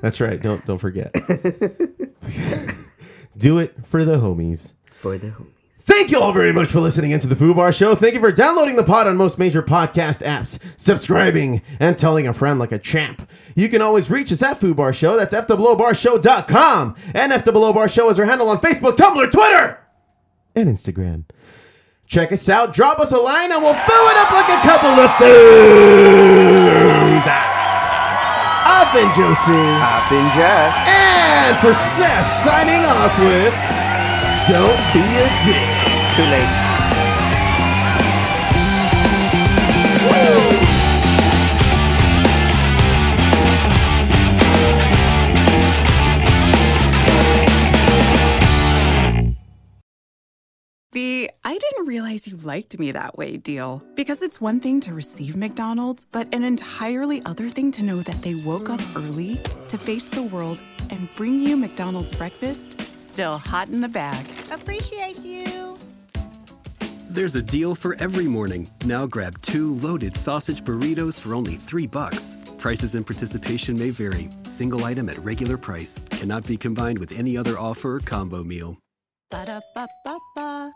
[SPEAKER 1] That's right. Don't don't forget. Do it for the homies.
[SPEAKER 2] For the homies.
[SPEAKER 1] Thank you all very much for listening into the Foo Bar Show. Thank you for downloading the pod on most major podcast apps, subscribing, and telling a friend like a champ. You can always reach us at Foo Bar Show. That's FBelowBarShow.com. And FBelowBar Show is our handle on Facebook, Tumblr, Twitter, and Instagram. Check us out, drop us a line, and we'll foo it up like a couple of foos. I've been Josie.
[SPEAKER 2] I've been Josh.
[SPEAKER 1] And for Steph signing off with Don't Be a Dick.
[SPEAKER 2] Too late.
[SPEAKER 10] The I didn't realize you liked me that way deal.
[SPEAKER 11] Because it's one thing to receive McDonald's, but an entirely other thing to know that they woke up early to face the world and bring you McDonald's breakfast still hot in the bag.
[SPEAKER 12] Appreciate you.
[SPEAKER 7] There's a deal for every morning. Now grab two loaded sausage burritos for only three bucks. Prices and participation may vary. Single item at regular price cannot be combined with any other offer or combo meal.
[SPEAKER 11] Ba-da-ba-ba-ba.